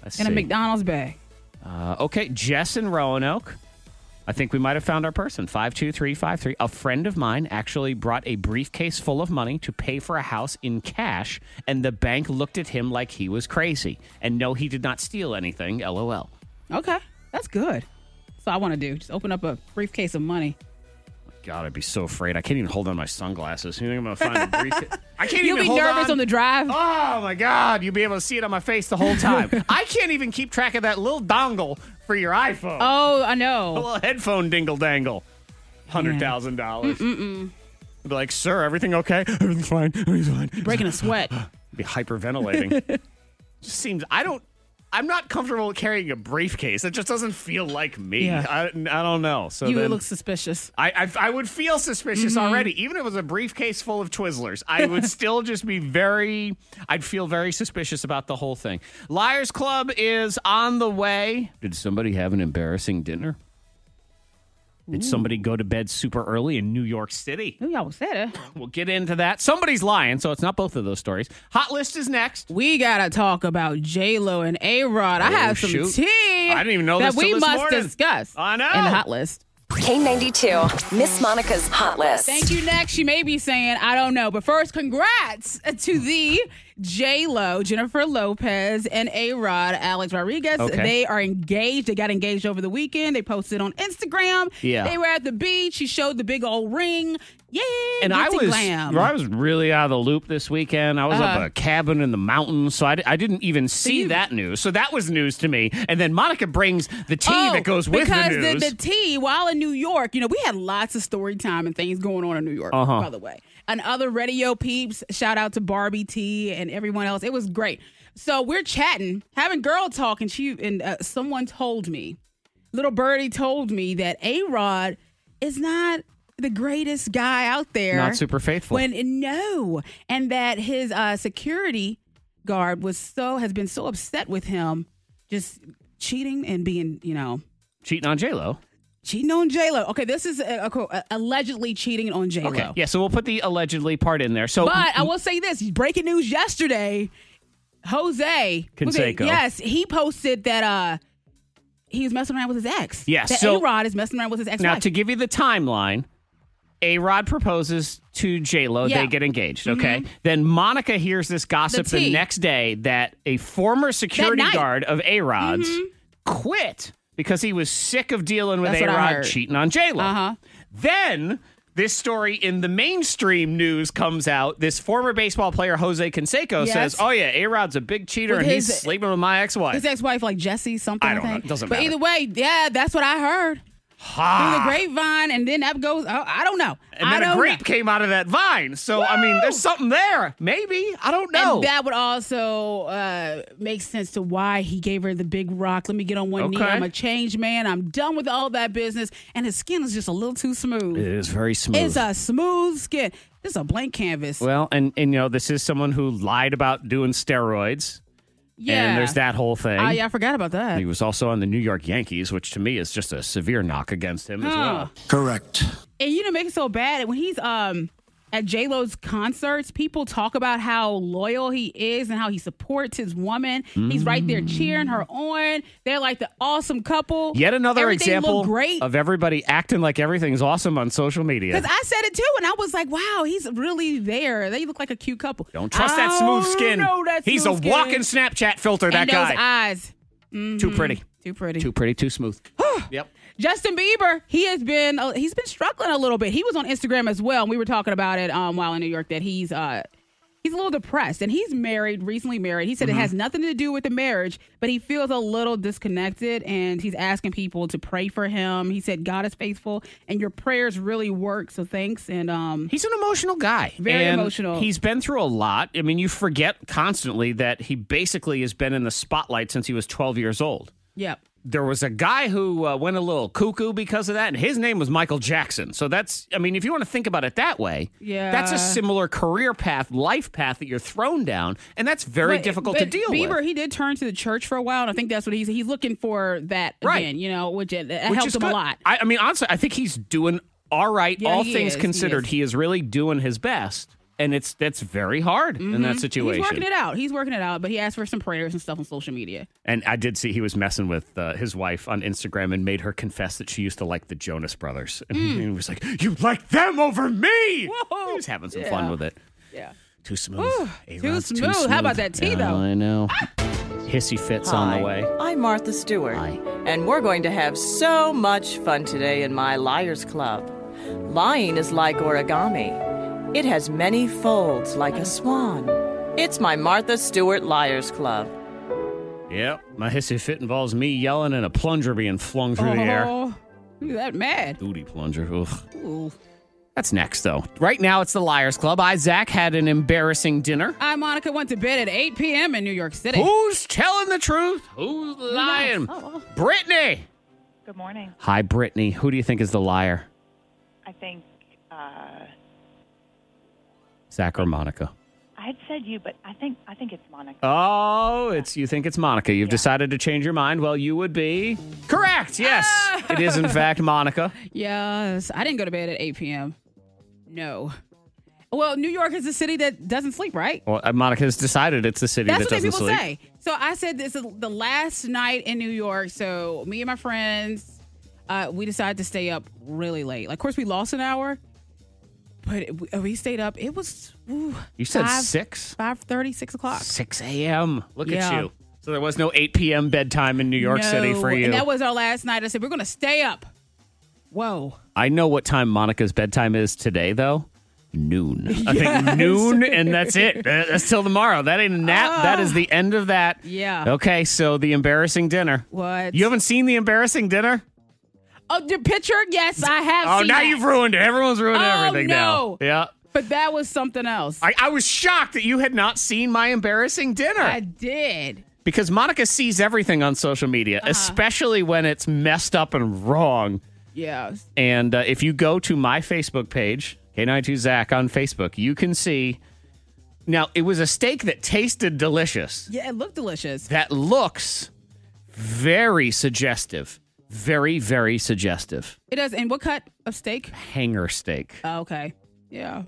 S4: Let's
S5: in a
S4: see.
S5: McDonald's bag.
S4: Uh, okay, Jess in Roanoke. I think we might have found our person. 52353. A friend of mine actually brought a briefcase full of money to pay for a house in cash, and the bank looked at him like he was crazy. And no, he did not steal anything. LOL.
S5: Okay. That's good. That's all I want to do. Just open up a briefcase of money.
S4: God, I'd be so afraid. I can't even hold on my sunglasses. You think I'm going to find a briefcase? I can't
S5: You'll
S4: even
S5: be
S4: hold
S5: nervous on. the drive.
S4: Oh my God! You'll be able to see it on my face the whole time. I can't even keep track of that little dongle for your iPhone.
S5: Oh, I know.
S4: A little headphone dingle dangle. Hundred thousand dollars.
S5: Mm-mm.
S4: I'd Be like, sir, everything okay? Everything's fine. Everything's fine.
S5: Breaking a sweat.
S4: Be hyperventilating. just seems I don't. I'm not comfortable carrying a briefcase. It just doesn't feel like me.
S5: Yeah.
S4: I, I don't know. So
S5: you
S4: then
S5: look suspicious.
S4: I, I I would feel suspicious already. Even if it was a briefcase full of Twizzlers, I would still just be very. I'd feel very suspicious about the whole thing. Liars Club is on the way. Did somebody have an embarrassing dinner? Did somebody go to bed super early in New York City?
S5: Ooh, y'all eh? said it.
S4: We'll get into that. Somebody's lying, so it's not both of those stories. Hot list is next.
S5: We gotta talk about J Lo and A Rod. I
S4: Oh,
S5: have some
S4: shoot.
S5: tea.
S4: I didn't even know
S5: that
S4: this till
S5: we
S4: this
S5: must
S4: morning.
S5: discuss.
S4: I know.
S5: in the hot list.
S2: K92, Miss Monica's Hot List.
S5: Thank you. Next, she may be saying, I don't know. But first, congrats to the J Lo, Jennifer Lopez, and A Rod, Alex Rodriguez.
S4: Okay.
S5: They are engaged. They got engaged over the weekend. They posted on Instagram.
S4: Yeah.
S5: They were at the beach. She showed the big old ring. Yeah.
S4: and I
S5: glitzy
S4: was
S5: glam.
S4: I was really out of the loop this weekend. I was up
S5: Uh-huh.
S4: at a cabin in the mountains, so I d- I didn't even see that news. So that was news to me. And then Monica brings the tea
S5: Oh,
S4: that goes with the
S5: because
S4: news.
S5: the, tea, while in New York, you know, we had lots of story time and things going on in New York,
S4: Uh-huh.
S5: by the way. And other radio peeps, shout out to Barbie T and everyone else. It was great. So we're chatting, having girl talk, and she and uh, someone told me, little birdie told me that A Rod is not the greatest guy out there.
S4: Not super faithful.
S5: When no, and that his uh, security guard was so has been so upset with him, just cheating and being you know
S4: Cheating on J Lo.
S5: cheating on J Lo. Okay, this is uh, uh, allegedly cheating on J Lo.
S4: Okay. Yeah, so we'll put the allegedly part in there. So
S5: but I will say this: breaking news yesterday, Jose was it-
S4: Canseco.
S5: Yes, he posted that uh he was messing around with his ex.
S4: Yeah,
S5: that
S4: so-
S5: A Rod is messing around with his ex.
S4: Now, to give you the timeline, A Rod proposes to J Lo.
S5: Yeah. Mm-hmm.
S4: They get engaged. Okay. Then Monica hears this gossip the,
S5: tea.
S4: next day that a former security
S5: night. Mm-hmm.
S4: guard of A Rod's quit because he was sick of dealing with
S5: That's
S4: A
S5: what I
S4: Rod
S5: heard.
S4: cheating on J Lo. Uh-huh. Then. This story in the mainstream news comes out. This former baseball player Jose Canseco
S5: Yes.
S4: says, "Oh yeah, A Rod's a big cheater,
S5: With
S4: and he's
S5: his-
S4: sleeping with my ex-wife."
S5: his ex-wife, like Jesse, something.
S4: I don't
S5: think.
S4: know. It doesn't
S5: but
S4: matter.
S5: either way, yeah, that's what I heard through the
S4: ha!
S5: grapevine, and then that goes. Oh, I don't know.
S4: And
S5: I
S4: then
S5: don't
S4: a
S5: know.
S4: grape came out of that vine. So, I mean, there's something there. Maybe. I don't know.
S5: And that would also uh, make sense to why he gave her the big rock. Let me get on one knee.
S4: Okay.
S5: I'm a change man. I'm done with all that business. And his skin is just a little too smooth.
S4: It is very smooth.
S5: It's a smooth skin. This is a blank canvas.
S4: well, and, and, you know, this is someone who lied about doing steroids.
S5: yeah.
S4: And there's that whole thing.
S5: Oh, yeah, I forgot about that.
S4: He was also on the New York Yankees, which to me is just a severe knock against him as
S5: Huh.
S4: well. Correct.
S5: And you know, make it so bad when he's um at J Lo's concerts, people talk about how loyal he is and how he supports his woman. He's right there cheering her on. They're like the awesome couple.
S4: Mm. Yet another
S5: Everything
S4: example
S5: looked great.
S4: of everybody acting like everything's awesome on social media.
S5: Because I said it too, and I was like, "Wow, he's really there. They look like a cute couple." Oh,
S4: Don't trust that smooth skin.
S5: No, that
S4: He's
S5: smooth
S4: a
S5: skin.
S4: walking Snapchat filter, that
S5: and
S4: guy.
S5: Those eyes,
S4: Too
S5: Mhm.
S4: pretty.
S5: too pretty.
S4: Too pretty, too smooth. yep.
S5: Justin Bieber, he has been uh, he's been struggling a little bit. He was on Instagram as well, and we were talking about it um, while in New York that he's uh he's a little depressed, and he's married, recently married. He said
S4: Mm-hmm.
S14: Mhm.
S5: it has nothing to do with the marriage, but he feels a little disconnected, and he's asking people to pray for him. He said God is faithful, and your prayers really work. So thanks, and um
S4: he's an emotional guy,
S5: very
S4: And
S5: emotional.
S4: He's been through a lot. I mean, you forget constantly that he basically has been in the spotlight since he was 12 years old.
S5: yep.
S4: There was a guy who uh, went a little cuckoo because of that, and his name was Michael Jackson. So that's, I mean, if you want to think about it that way,
S5: Yeah.
S4: that's a similar career path, life path that you're thrown down, and that's very
S5: But-
S4: difficult to
S5: but
S4: deal
S5: Bieber,
S4: with.
S5: he did turn to the church for a while, and I think that's what he's he's looking for that
S4: Right.
S5: again. You know, which it, it
S4: Which
S5: helped
S4: is
S5: him a
S4: good.
S5: lot.
S4: I, I mean, honestly, I think he's doing all right.
S5: Yeah,
S4: all
S5: he
S4: things
S5: is, he
S4: considered,
S5: is.
S4: he is. really doing his best, and it's that's very hard in that situation.
S5: Mm-hmm. He's working it out. He's working it out, but he asked for some prayers and stuff on social media.
S4: And I did see he was messing with uh, his wife on Instagram and made her confess that she used to like the Jonas Brothers. And he
S5: Mm.
S4: was like, "You like them over me?" He was having some fun
S5: Yeah.
S4: with it.
S5: Yeah.
S4: Too smooth.
S5: Whew,
S4: A-Rod's
S5: too smooth. How about that tea,
S4: Yeah,
S5: though? Ah.
S4: I know. Hissy fits on the way.
S15: I'm Martha Stewart. And we're going to have so much fun today in my Liars Club. Lying is like origami, it has many folds like a swan. It's my Martha Stewart Liars Club.
S4: Yep. My hissy fit involves me yelling and a plunger being flung through the air.
S5: Oh, look at that mad.
S4: Booty plunger. Ugh.
S5: Ooh.
S4: That's next, though. Right now, it's the Liars Club. Isaac had an embarrassing dinner.
S5: I, Monica, went to bed at 8 p.m. in New York City.
S4: Who's telling the truth? Who's lying?
S5: Oh,
S4: Brittany.
S16: Good morning.
S4: Hi, Brittany. Who do you think is the liar?
S16: I think uh,
S4: Zach or Monica?
S16: I had said you, but I think I think it's Monica.
S4: Oh, it's you think it's Monica. You've decided to change your mind. Well, you would be correct. Yes,
S16: Ah.
S4: it is in fact Monica.
S5: Yes. I didn't go to bed at 8 p.m. No. Well, New York is a city that doesn't sleep, right?
S4: Well, uh, Monica has decided it's the city
S5: That's
S4: that
S5: what they
S4: doesn't
S5: people
S4: sleep.
S5: say. So I said this is the last night in New York. So me and my friends, uh, we decided to stay up really late. Like, of course, we lost an hour, but it, we- we stayed up. It was ooh,
S4: You said
S5: five-
S4: six?
S5: 5:30, 6 o'clock.
S4: Six a.m. Look at
S5: Yeah.
S4: you. So there was no eight p.m. bedtime in New York City
S5: No,
S4: for you.
S5: And that was our last night. I said we're gonna stay up. Whoa.
S4: I know what time Monica's bedtime is today, though. Noon. I
S5: Yes.
S4: think noon, and that's it. Uh, That's till tomorrow. That ain't a nap. that is the end of that.
S5: Oh. Yeah.
S4: Okay, so the embarrassing dinner.
S5: What?
S4: You haven't seen the embarrassing dinner?
S5: Oh, the picture? Yes, I have.
S4: oh,
S5: seen
S4: now
S5: that.
S4: you've ruined it. Everyone's ruined
S5: Oh,
S4: everything
S5: no.
S4: now. Yeah.
S5: But that was something else.
S4: I, I was shocked that you had not seen my embarrassing dinner.
S5: I did.
S4: because Monica sees everything on social media,
S5: Uh-huh.
S4: especially when it's messed up and wrong.
S5: Yeah.
S4: And uh, if you go to my Facebook page, K92Zach on Facebook, you can see Now, it was a steak that tasted delicious.
S5: Yeah, it looked delicious.
S4: that looks very suggestive. Very, very suggestive.
S5: It does. And what cut of steak?
S4: Hanger steak,
S5: Oh, okay. Yeah.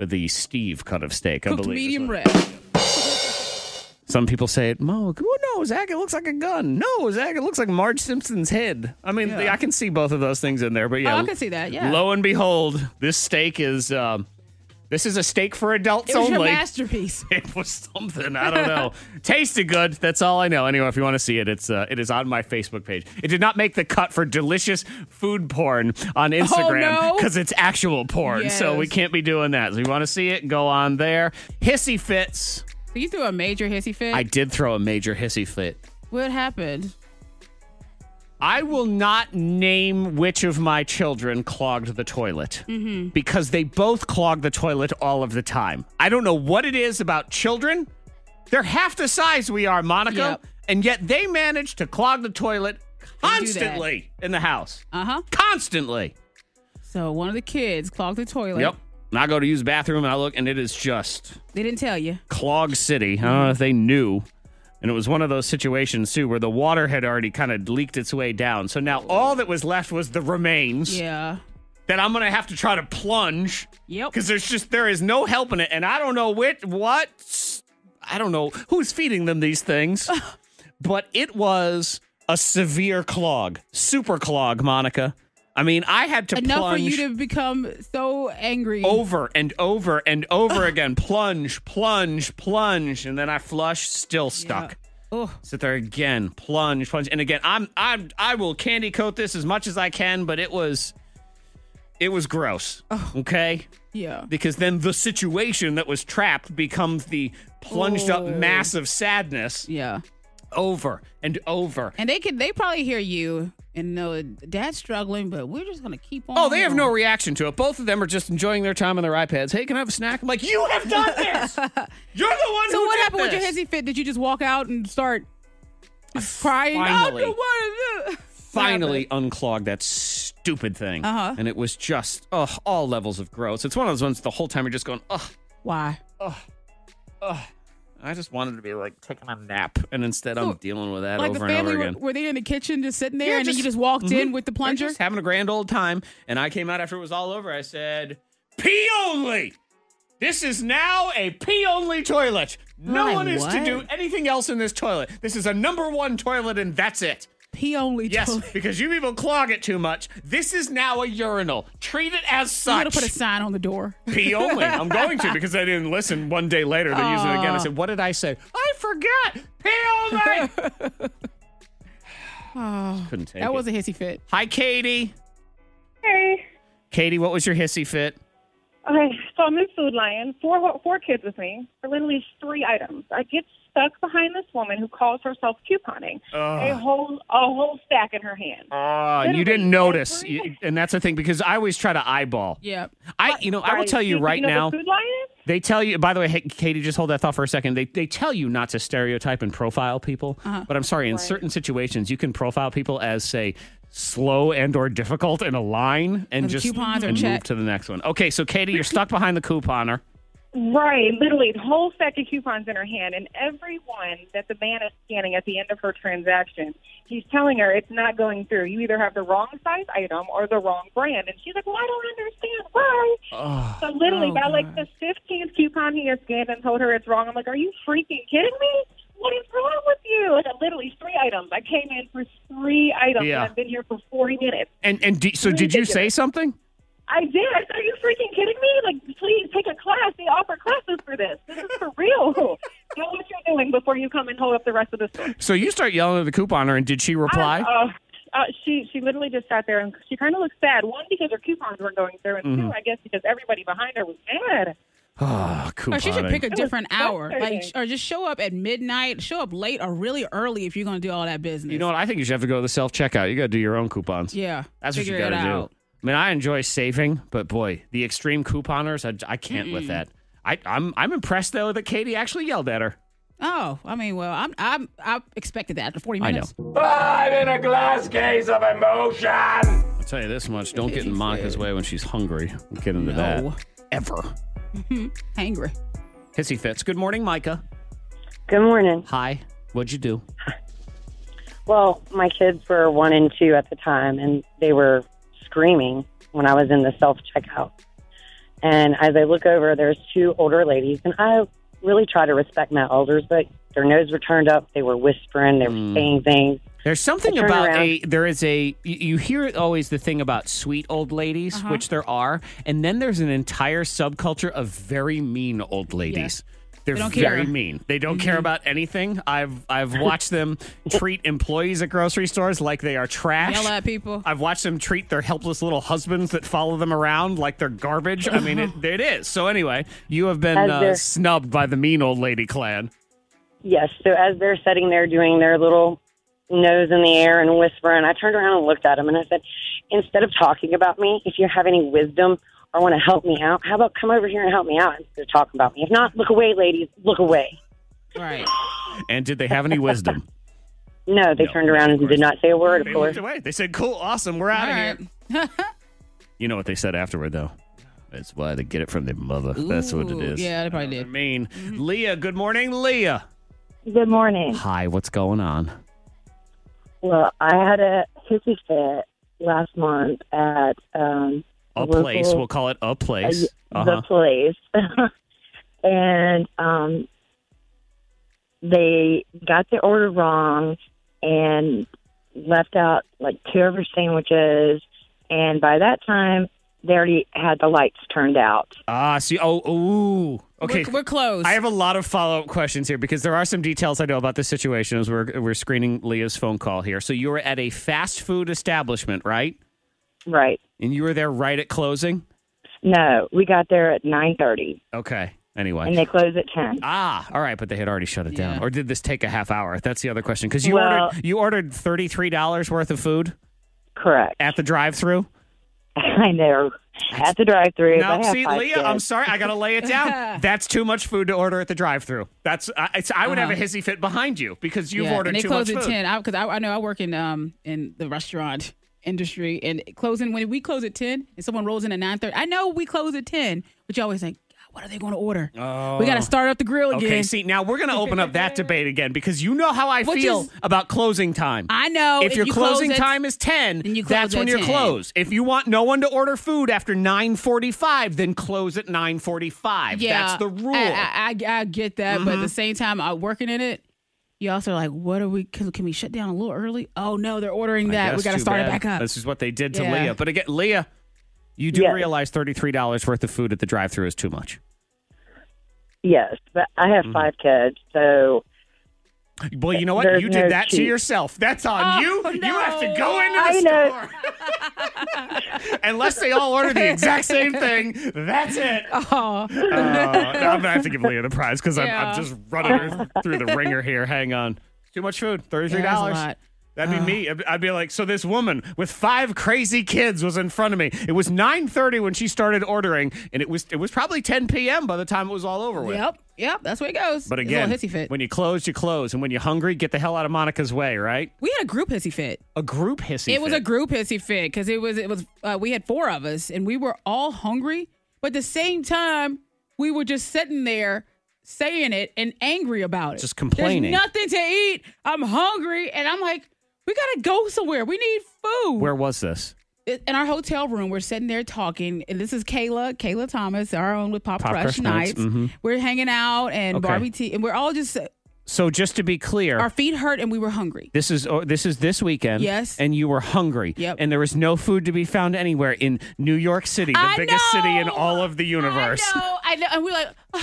S4: the Steve cut of steak, I
S5: Cooked
S4: believe.
S5: medium rare.
S4: Some people say it, Mo, who knows? Zach, it looks like a gun. No, Zach, it looks like Marge Simpson's head. I mean,
S5: Yeah.
S4: I can see both of those things in there, but yeah.
S5: oh, I can see that. Yeah.
S4: Lo and behold, this steak is, um, this is a steak for adults
S5: it was
S4: only.
S5: your masterpiece.
S4: it was something. I don't know. Tasted good. That's all I know. Anyway, if you want to see it, it's uh, it is on my Facebook page. It did not make the cut for delicious food porn on Instagram
S5: Oh, no?
S4: because it's actual porn. So we
S5: Yes.
S4: can't be doing that. So if you want to see it, go on there. Hissy fits.
S5: So you threw a major hissy fit.
S4: I did throw a major hissy fit.
S5: what happened?
S4: I will not name which of my children clogged the toilet
S5: Mhm.
S4: because they both clog the toilet all of the time. I don't know what it is about children. They're half the size we are, Monica, and yet they manage to clog the toilet
S5: They do that.
S4: constantly in the house.
S5: Uh huh.
S4: Constantly.
S5: So one of the kids clogged the toilet.
S4: Yep. And I go to use the bathroom and I look and it is just
S5: They didn't tell you.
S4: Clog City. I don't know if they knew. And it was one of those situations too where the water had already kind of leaked its way down. So now all that was left was the remains.
S5: Yeah.
S4: that I'm gonna have to try to plunge. Yep. Because there's just there is no helping it, and I don't know which what I don't know who's feeding them these things, but it was a severe clog, super clog, Monica. I mean, I Oh, had to
S5: Enough
S4: plunge
S5: for you to become so angry.
S4: over and over and over again, plunge, plunge, plunge, and then I flush, still stuck.
S5: Oh.
S4: Sit there again, plunge, plunge, and again. I'm I'm I will candy coat this as much as I can, but it was it was gross.
S5: Oh.
S4: Okay?
S5: Yeah.
S4: Because then the situation that was trapped becomes the plunged up
S5: Oh.
S4: mass of sadness.
S5: Yeah.
S4: Over and over.
S5: And they could they probably hear you and know dad's struggling, but we're just gonna keep on.
S4: Oh, they have no
S5: going."
S4: reaction to it. Both of them are just enjoying their time on their iPads. Hey, can I have a snack? I'm like, you have done this. You're the one
S5: So
S4: who
S5: what
S4: did
S5: happened with
S4: this."
S5: your hissy fit? Did you just walk out and start crying?
S4: Finally.
S5: Oh, no, what is it?"
S4: finally unclogged that stupid thing.
S5: Uh-huh.
S4: And it was just, oh, all levels of gross. It's one of those ones the whole time you're just going, oh,
S5: Why?
S4: I just wanted to be like taking a nap. And instead I'm dealing with that
S5: like the
S4: over and
S5: family
S4: over
S5: were,
S4: again.
S5: were they in the kitchen just sitting there
S4: Yeah,
S5: and then you
S4: just-
S5: just walked in
S4: Mhm.
S5: with the
S4: They're
S5: plunger?
S4: just having a grand old time. And I came out after it was all over. I said, pee only. This is now a pee only toilet. No
S5: My
S4: one is to
S5: what?
S4: do anything else in this toilet. This is a number one toilet, and that's it.
S5: Pee only
S4: Yes,
S5: toilet.
S4: because you people clog it too much. This is now a urinal. Treat it as
S5: You
S4: such.
S5: gotta put a sign on the door.
S4: pee only. I'm going to because I didn't listen. One day later, they use it again. I said, "What did I say?" I forgot. Pee only.
S5: Oh,
S4: Couldn't take
S5: that
S4: it.
S5: was a hissy fit.
S4: Hi, Katie.
S14: Hey.
S4: Katie, what was your hissy fit?
S14: Okay, so I'm in Food Lion. Four four kids with me. For literally three items. I get stuck behind this woman who calls herself couponing.
S4: Ugh.
S14: A whole a whole stack in her hand. Ah,
S4: Oh, you didn't notice, You- and that's the thing because I always try to eyeball.
S5: Yeah.
S4: I, you know, I will
S14: Right.
S4: tell you
S14: Do do
S4: right
S14: know
S4: now.
S14: the Food Lion?
S4: They tell you. By the way, hey, Katie, just hold that thought for a second. They they tell you not to stereotype and profile people,
S5: Uh-huh.
S4: but I'm sorry. In
S5: Right.
S4: certain situations, you can profile people as say slow and or difficult in a line, and
S5: Or the
S4: just
S5: coupons or
S4: and move
S5: check.
S4: to the next one. Okay, so Katie, you're stuck behind the couponer.
S14: Right, literally the whole stack of coupons in her hand, and every one that the man is scanning at the end of her transaction, he's telling her it's not going through. You either have the wrong size item or the wrong brand, and she's like, "Well, I don't understand why." So literally,
S5: Oh,
S14: by like the fifteenth coupon he had scanned and told her it's wrong, I'm like, "Are you freaking kidding me? What is wrong with you?" And literally three items. I came in for three items,
S4: Yeah.
S14: and I've been here for forty minutes.
S4: And and d so did you say
S14: Ridiculous.
S4: something?
S14: I did. I said, Are you freaking kidding me? Like, please take a class. They offer classes for this. This is for real. Know what you're doing before you come and hold up the rest of the store.
S4: So you start yelling at the couponer, and did she reply?
S14: Uh, uh, she she literally just sat there and she kind of looked sad. One because her coupons weren't going through, and two,
S4: Mhm.
S14: I guess, because everybody behind her was mad.
S4: Ah,
S5: Or she should
S4: couponing.
S5: pick a
S14: It was
S5: different hour, like,
S14: frustrating.
S5: or just show up at midnight, show up late, or really early if you're gonna do all that business.
S4: You know what? I think you should have to go to the self checkout. You got to do your own coupons.
S5: Yeah,
S4: That's what you
S5: figure
S4: got to
S5: it
S4: do.
S5: out.
S4: I mean, I enjoy saving, but boy, the extreme couponers, I, I can't with
S5: Mm-mm.
S4: that. I, I'm I'm impressed though that Katie actually yelled at her.
S5: Oh, I mean, well, I'm I'm I expected that after 40
S4: I
S5: minutes.
S17: I'm in a glass case of emotion.
S4: I'll tell you this much: don't get in Monica's way when she's hungry. We'll get into that ever.
S5: Angry.
S4: Hissy Fits. Good morning, Micah.
S18: Good morning.
S4: Hi. What'd you do?
S18: Well, my kids were one and two at the time, and they were screaming when I was in the self checkout. And as I look over, there's two older ladies, and I really try to respect my elders, but their noses were turned up. They were whispering, they were saying things.
S4: There's something
S18: I turn
S4: about
S18: around.
S4: a there is a you- you hear always the thing about sweet old ladies,
S18: Uh-huh.
S4: which there are, and then there's an entire subculture of very mean old ladies. They're
S10: They don't care.
S4: very mean. They don't care
S10: Mhm.
S4: about anything. I've I've watched them treat employees at grocery stores like they are trash.
S5: Yell at people.
S4: I've watched them treat their helpless little husbands that follow them around like they're garbage. I mean, it, it is. So anyway, you have been
S18: As
S4: uh,
S18: they're-
S4: snubbed by the mean old lady clan.
S18: Yes. So as they're sitting there doing their little nose in the air and whispering, I turned around and looked at them and I said, instead of talking about me, if you have any wisdom or want to help me out, how about come over here and help me out instead of talking about me? If not, look away, ladies, look away.
S5: Right.
S4: And did they have any wisdom?
S18: No, they turned around and did not say a word, of
S4: They
S18: course.
S4: looked away. They said, "Cool, awesome, we're out of here." you know what they said afterward, though. That's why they get it from their mother. That's what it
S5: Ooh,
S4: is.
S5: yeah, they Mm-hmm. probably
S4: did. I mean, Leah. Good morning, Leah.
S19: Good morning.
S4: Hi, what's going on?
S19: Well, I had a hissy fit last month at um,
S4: A
S19: local-
S4: place. We'll call it a place. Uh-huh.
S19: uh, the place, and um, they got the order wrong and left out like two of her sandwiches. And by that time, they already had the lights turned out.
S4: Ah, see, oh, ooh. Okay.
S19: We're- we're close.
S4: I have a lot of follow up questions here because there are some details I know about this situation as we're, we're screening Leah's phone call here. So you were at a fast food establishment, right?
S19: Right.
S4: And you were there right at closing?
S19: No, we got there at nine thirty,
S4: Okay. Anyway.
S19: and they closed at ten.
S4: Ah, all right, but they had already shut it down. Or did this take a half hour? That's the other question. Because you
S19: Well-
S4: ordered you ordered thirty three dollars worth of food.
S19: Correct.
S4: At the drive through.
S19: I know. At the drive-through. but I
S4: Now,
S19: have
S4: see,
S19: five
S4: Leah, I'm
S19: kids.
S4: sorry, I gotta lay it down. That's too much food to order at the drive through. That's I, it's, I would have a
S5: Uh-huh.
S4: hissy fit behind you because you've
S5: Yeah,
S4: ordered
S5: and they
S4: too much
S5: close
S4: food.
S5: at ten. Because I, I, know I work in um in the restaurant industry, and closing when we close at ten, and someone rolls in at nine thirty. I know we close at ten, but you always think, "God, what are they going to order?
S4: Oh.
S5: We got to start up the grill again.
S4: Okay, see, now we're going to open up that debate again because you know how I
S5: Which
S4: feel
S5: is-
S4: about closing time.
S5: I know.
S4: If, your
S5: you close
S4: closing
S5: at-
S4: time is 10,
S5: then you close
S4: that's when
S5: at
S4: you're
S5: 10.
S4: closed. If you want no one to order food after 9:45, then close at 9:45. That's the rule.
S5: I, I, I get that, but at the
S4: Mhm.
S5: same time, I working in it. You also are like, what are we? Can, can we shut down a little early? Oh no, they're ordering
S4: I
S5: that. We
S4: guess,
S5: got to
S4: too
S5: start it
S4: bad.
S5: back up.
S4: This is what they did to
S5: Yeah.
S4: Leah. But again, Leah, you do
S19: Yes.
S4: realize $33 worth of food at the drive-through is too much.
S19: Yes, but I have five kids, so
S4: Well, you know what?
S19: There's
S4: you did
S19: no
S4: that to
S19: cheat.
S4: yourself. That's on
S19: Oh,
S4: you. You have to go into the
S19: I know.
S4: store. Unless they all order the exact same thing, that's it.
S5: Oh,
S4: Uh, I'm gonna have to give Leah the prize because I'm,
S5: Yeah.
S4: I'm just running her through the ringer here. Hang on, too much food. Thirty three
S5: Yeah,
S4: dollars.
S5: that's a lot.
S4: That'd be
S5: Oh.
S4: me. I'd- I'd be like, so this woman with five crazy kids was in front of me. It was 9:30 when she started ordering, and it was it was probably 10 p.m. by the time it was all over with.
S5: Yep, yep. That's where it goes.
S4: But
S5: It's a little
S4: again,
S5: hissy fit.
S4: when you close, you close, and when you're hungry, get the hell out of Monica's way, right?
S5: We had a group hissy fit.
S4: A group hissy.
S5: it was
S4: fit.
S5: a group hissy fit because it was it was uh, we had four of us and we were all hungry, but at the same time we were just sitting there saying it and angry about it,
S4: Just complaining.
S5: There's nothing to eat. I'm hungry, and I'm like, we gotta go somewhere. We need food.
S4: Where was this?
S5: It- in our hotel room, we're sitting there talking, and this is Kayla, Kayla Thomas, our own with Pop,
S4: Pop
S5: Crush,
S4: Crush Nights,
S5: Nights.
S4: mhm.
S5: We're hanging out and
S4: Okay.
S5: Barbie tea, and we're all just
S4: So just to be clear,
S5: our feet hurt and we were hungry.
S4: This is or this is this weekend.
S5: Yes.
S4: And you were hungry.
S5: Yep.
S4: And there was no food to be found anywhere in New York City, the
S5: I
S4: biggest city in all of the universe.
S5: know, I know. And we're like, "Ugh,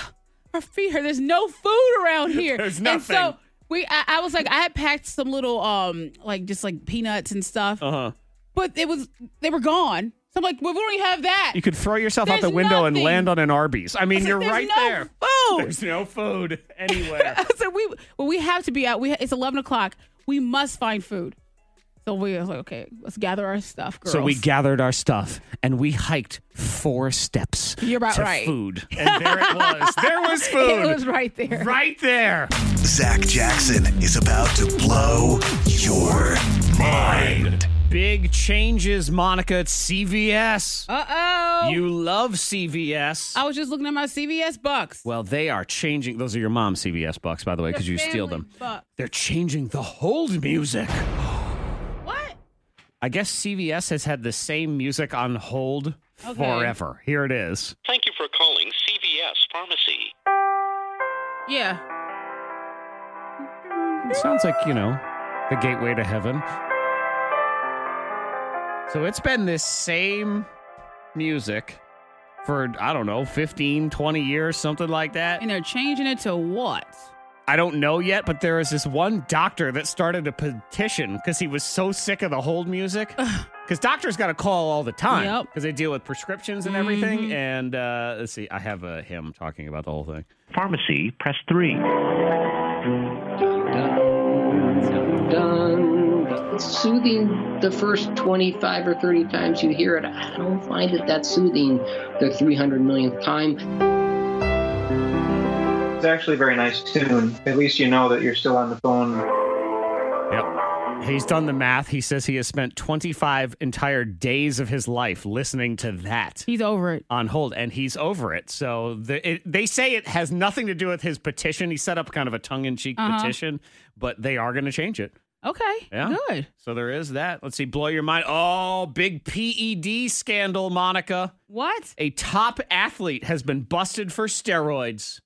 S5: our feet hurt. There's no food around here.
S4: There's
S5: And
S4: nothing.
S5: so we, I, I was like, I had packed some little, um, like just like peanuts and stuff,
S4: Uh huh.
S5: but it was they were gone. So I'm like, well, we don't have that.
S4: You could throw yourself out the
S5: There's
S4: window and
S5: nothing.
S4: land on an Arby's. I mean,
S5: said,
S4: you're
S5: "There's
S4: right
S5: no
S4: there.
S5: food."
S4: There's no food anywhere.
S5: I said, we, well, we have to be out. We it's 11 o'clock. We must find food. So we was like, okay, let's gather our stuff, girls.
S4: So we gathered our stuff and we hiked four steps
S5: You're about
S4: to
S5: right.
S4: food. And there it was. there was food.
S5: It was right there.
S4: Right there.
S1: Zach Jackson is about to blow your mind.
S4: Big changes, Monica at CVS.
S5: Oh. Uh-oh.
S4: You love CVS.
S5: I was just looking at my CVS bucks.
S4: Well, they are changing. Those are your mom's CVS bucks, by the way, because you steal them.
S5: Bucks.
S4: They're changing the hold music.
S5: What?
S4: I guess CVS has had the same music on hold
S20: Okay.
S4: forever. Here it is.
S20: Thank you for calling CVS Pharmacy.
S5: Yeah.
S4: It sounds like, you know, the gateway to heaven. So it's been this same music for, I don't know, 15, 20 years, something like that.
S5: And they're changing it to what?
S4: I don't know yet, but there is this one doctor that started a petition because he was so sick of the hold music. Because doctors got to call all the time because they deal with prescriptions and everything. And uh, let's see, I have uh, him talking about the whole thing.
S20: Pharmacy, press 3.
S21: done. Soothing the first 25 or 30 times you hear it, I don't find it that soothing the 300 millionth time.
S22: It's actually a very nice tune. At least you know that you're still on the phone.
S4: Yep. He's done the math. He says he has spent 25 entire days of his life listening to that.
S5: He's over it.
S4: On hold, and he's over it. So the, it, they say it has nothing to do with his petition. He set up kind of a tongue in cheek
S5: Uh-huh.
S4: petition, but they are going to change it.
S5: Okay.
S4: Yeah. Good. So there is that. Let's see. Blow your mind. Oh, big PED scandal, Monica.
S5: What?
S4: A top athlete has been busted for steroids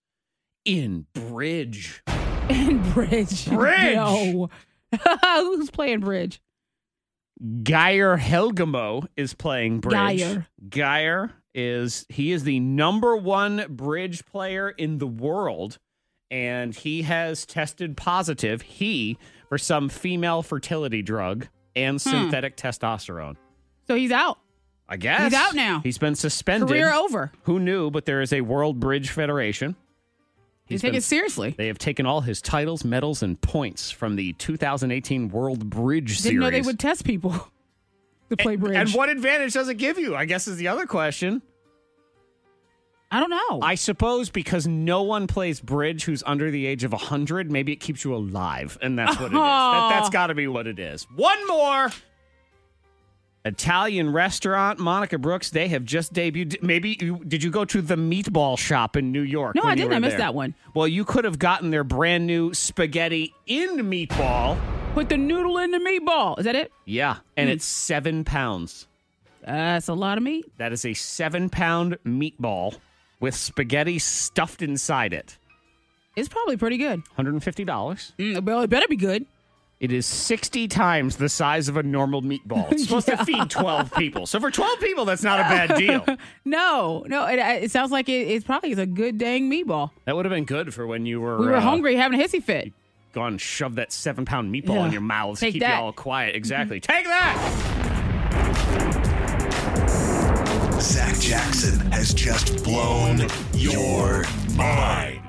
S4: in bridge.
S5: And bridge.
S4: Bridge.
S5: No. Who's playing bridge?
S4: Geyer Helgamo is playing bridge.
S5: Geyer.
S4: Geyer is he is the number one bridge player in the world, and he has tested positive. He for some female fertility drug and
S5: Hmm.
S4: synthetic testosterone.
S5: So he's out.
S4: I guess
S5: He's out now.
S4: He's been suspended.
S5: Career over.
S4: Who knew? But there is a World Bridge Federation.
S5: They take it seriously.
S4: They have taken all his titles, medals, and points from the 2018 World Bridge
S5: Didn't
S4: Series.
S5: know they would test people to play bridge.
S4: And what advantage does it give you? I guess is the other question.
S5: I don't know.
S4: I suppose because no one plays bridge who's under the age of 100, maybe it keeps you alive. And that's what it is.
S5: Uh-huh.
S4: That, that's got to be what it is. One more. Italian restaurant, Monica Brooks, they have just debuted. Maybe you, did you go to the meatball shop in New York?
S5: No,
S4: when
S5: I
S4: you
S5: didn't.
S4: were
S5: I missed
S4: there?
S5: that one.
S4: Well, you could have gotten their brand new spaghetti in meatball.
S5: Put the noodle in the meatball. Is that it?
S4: Yeah. And
S5: Hmm.
S4: it's seven pounds.
S5: That's a lot of meat.
S4: That is a seven pound meatball with spaghetti stuffed inside it.
S5: It's probably pretty good.
S4: $150.
S5: Mm, well, it better be good.
S4: It is 60 times the size of a normal meatball. It's supposed
S5: Yeah.
S4: to feed 12 people. So for 12 people, that's not a bad deal.
S5: No, no. It, it sounds like it, it's probably it's a good dang meatball.
S4: That would have been good for when you were,
S5: We were
S4: uh,
S5: hungry, having a hissy fit.
S4: Gone, shove that seven pound meatball
S5: Yeah.
S4: in your mouths,
S5: Take
S4: keep
S5: that. Mm-hmm.
S4: you all quiet. Exactly. Take that.
S1: Zach Jackson has just blown your mind.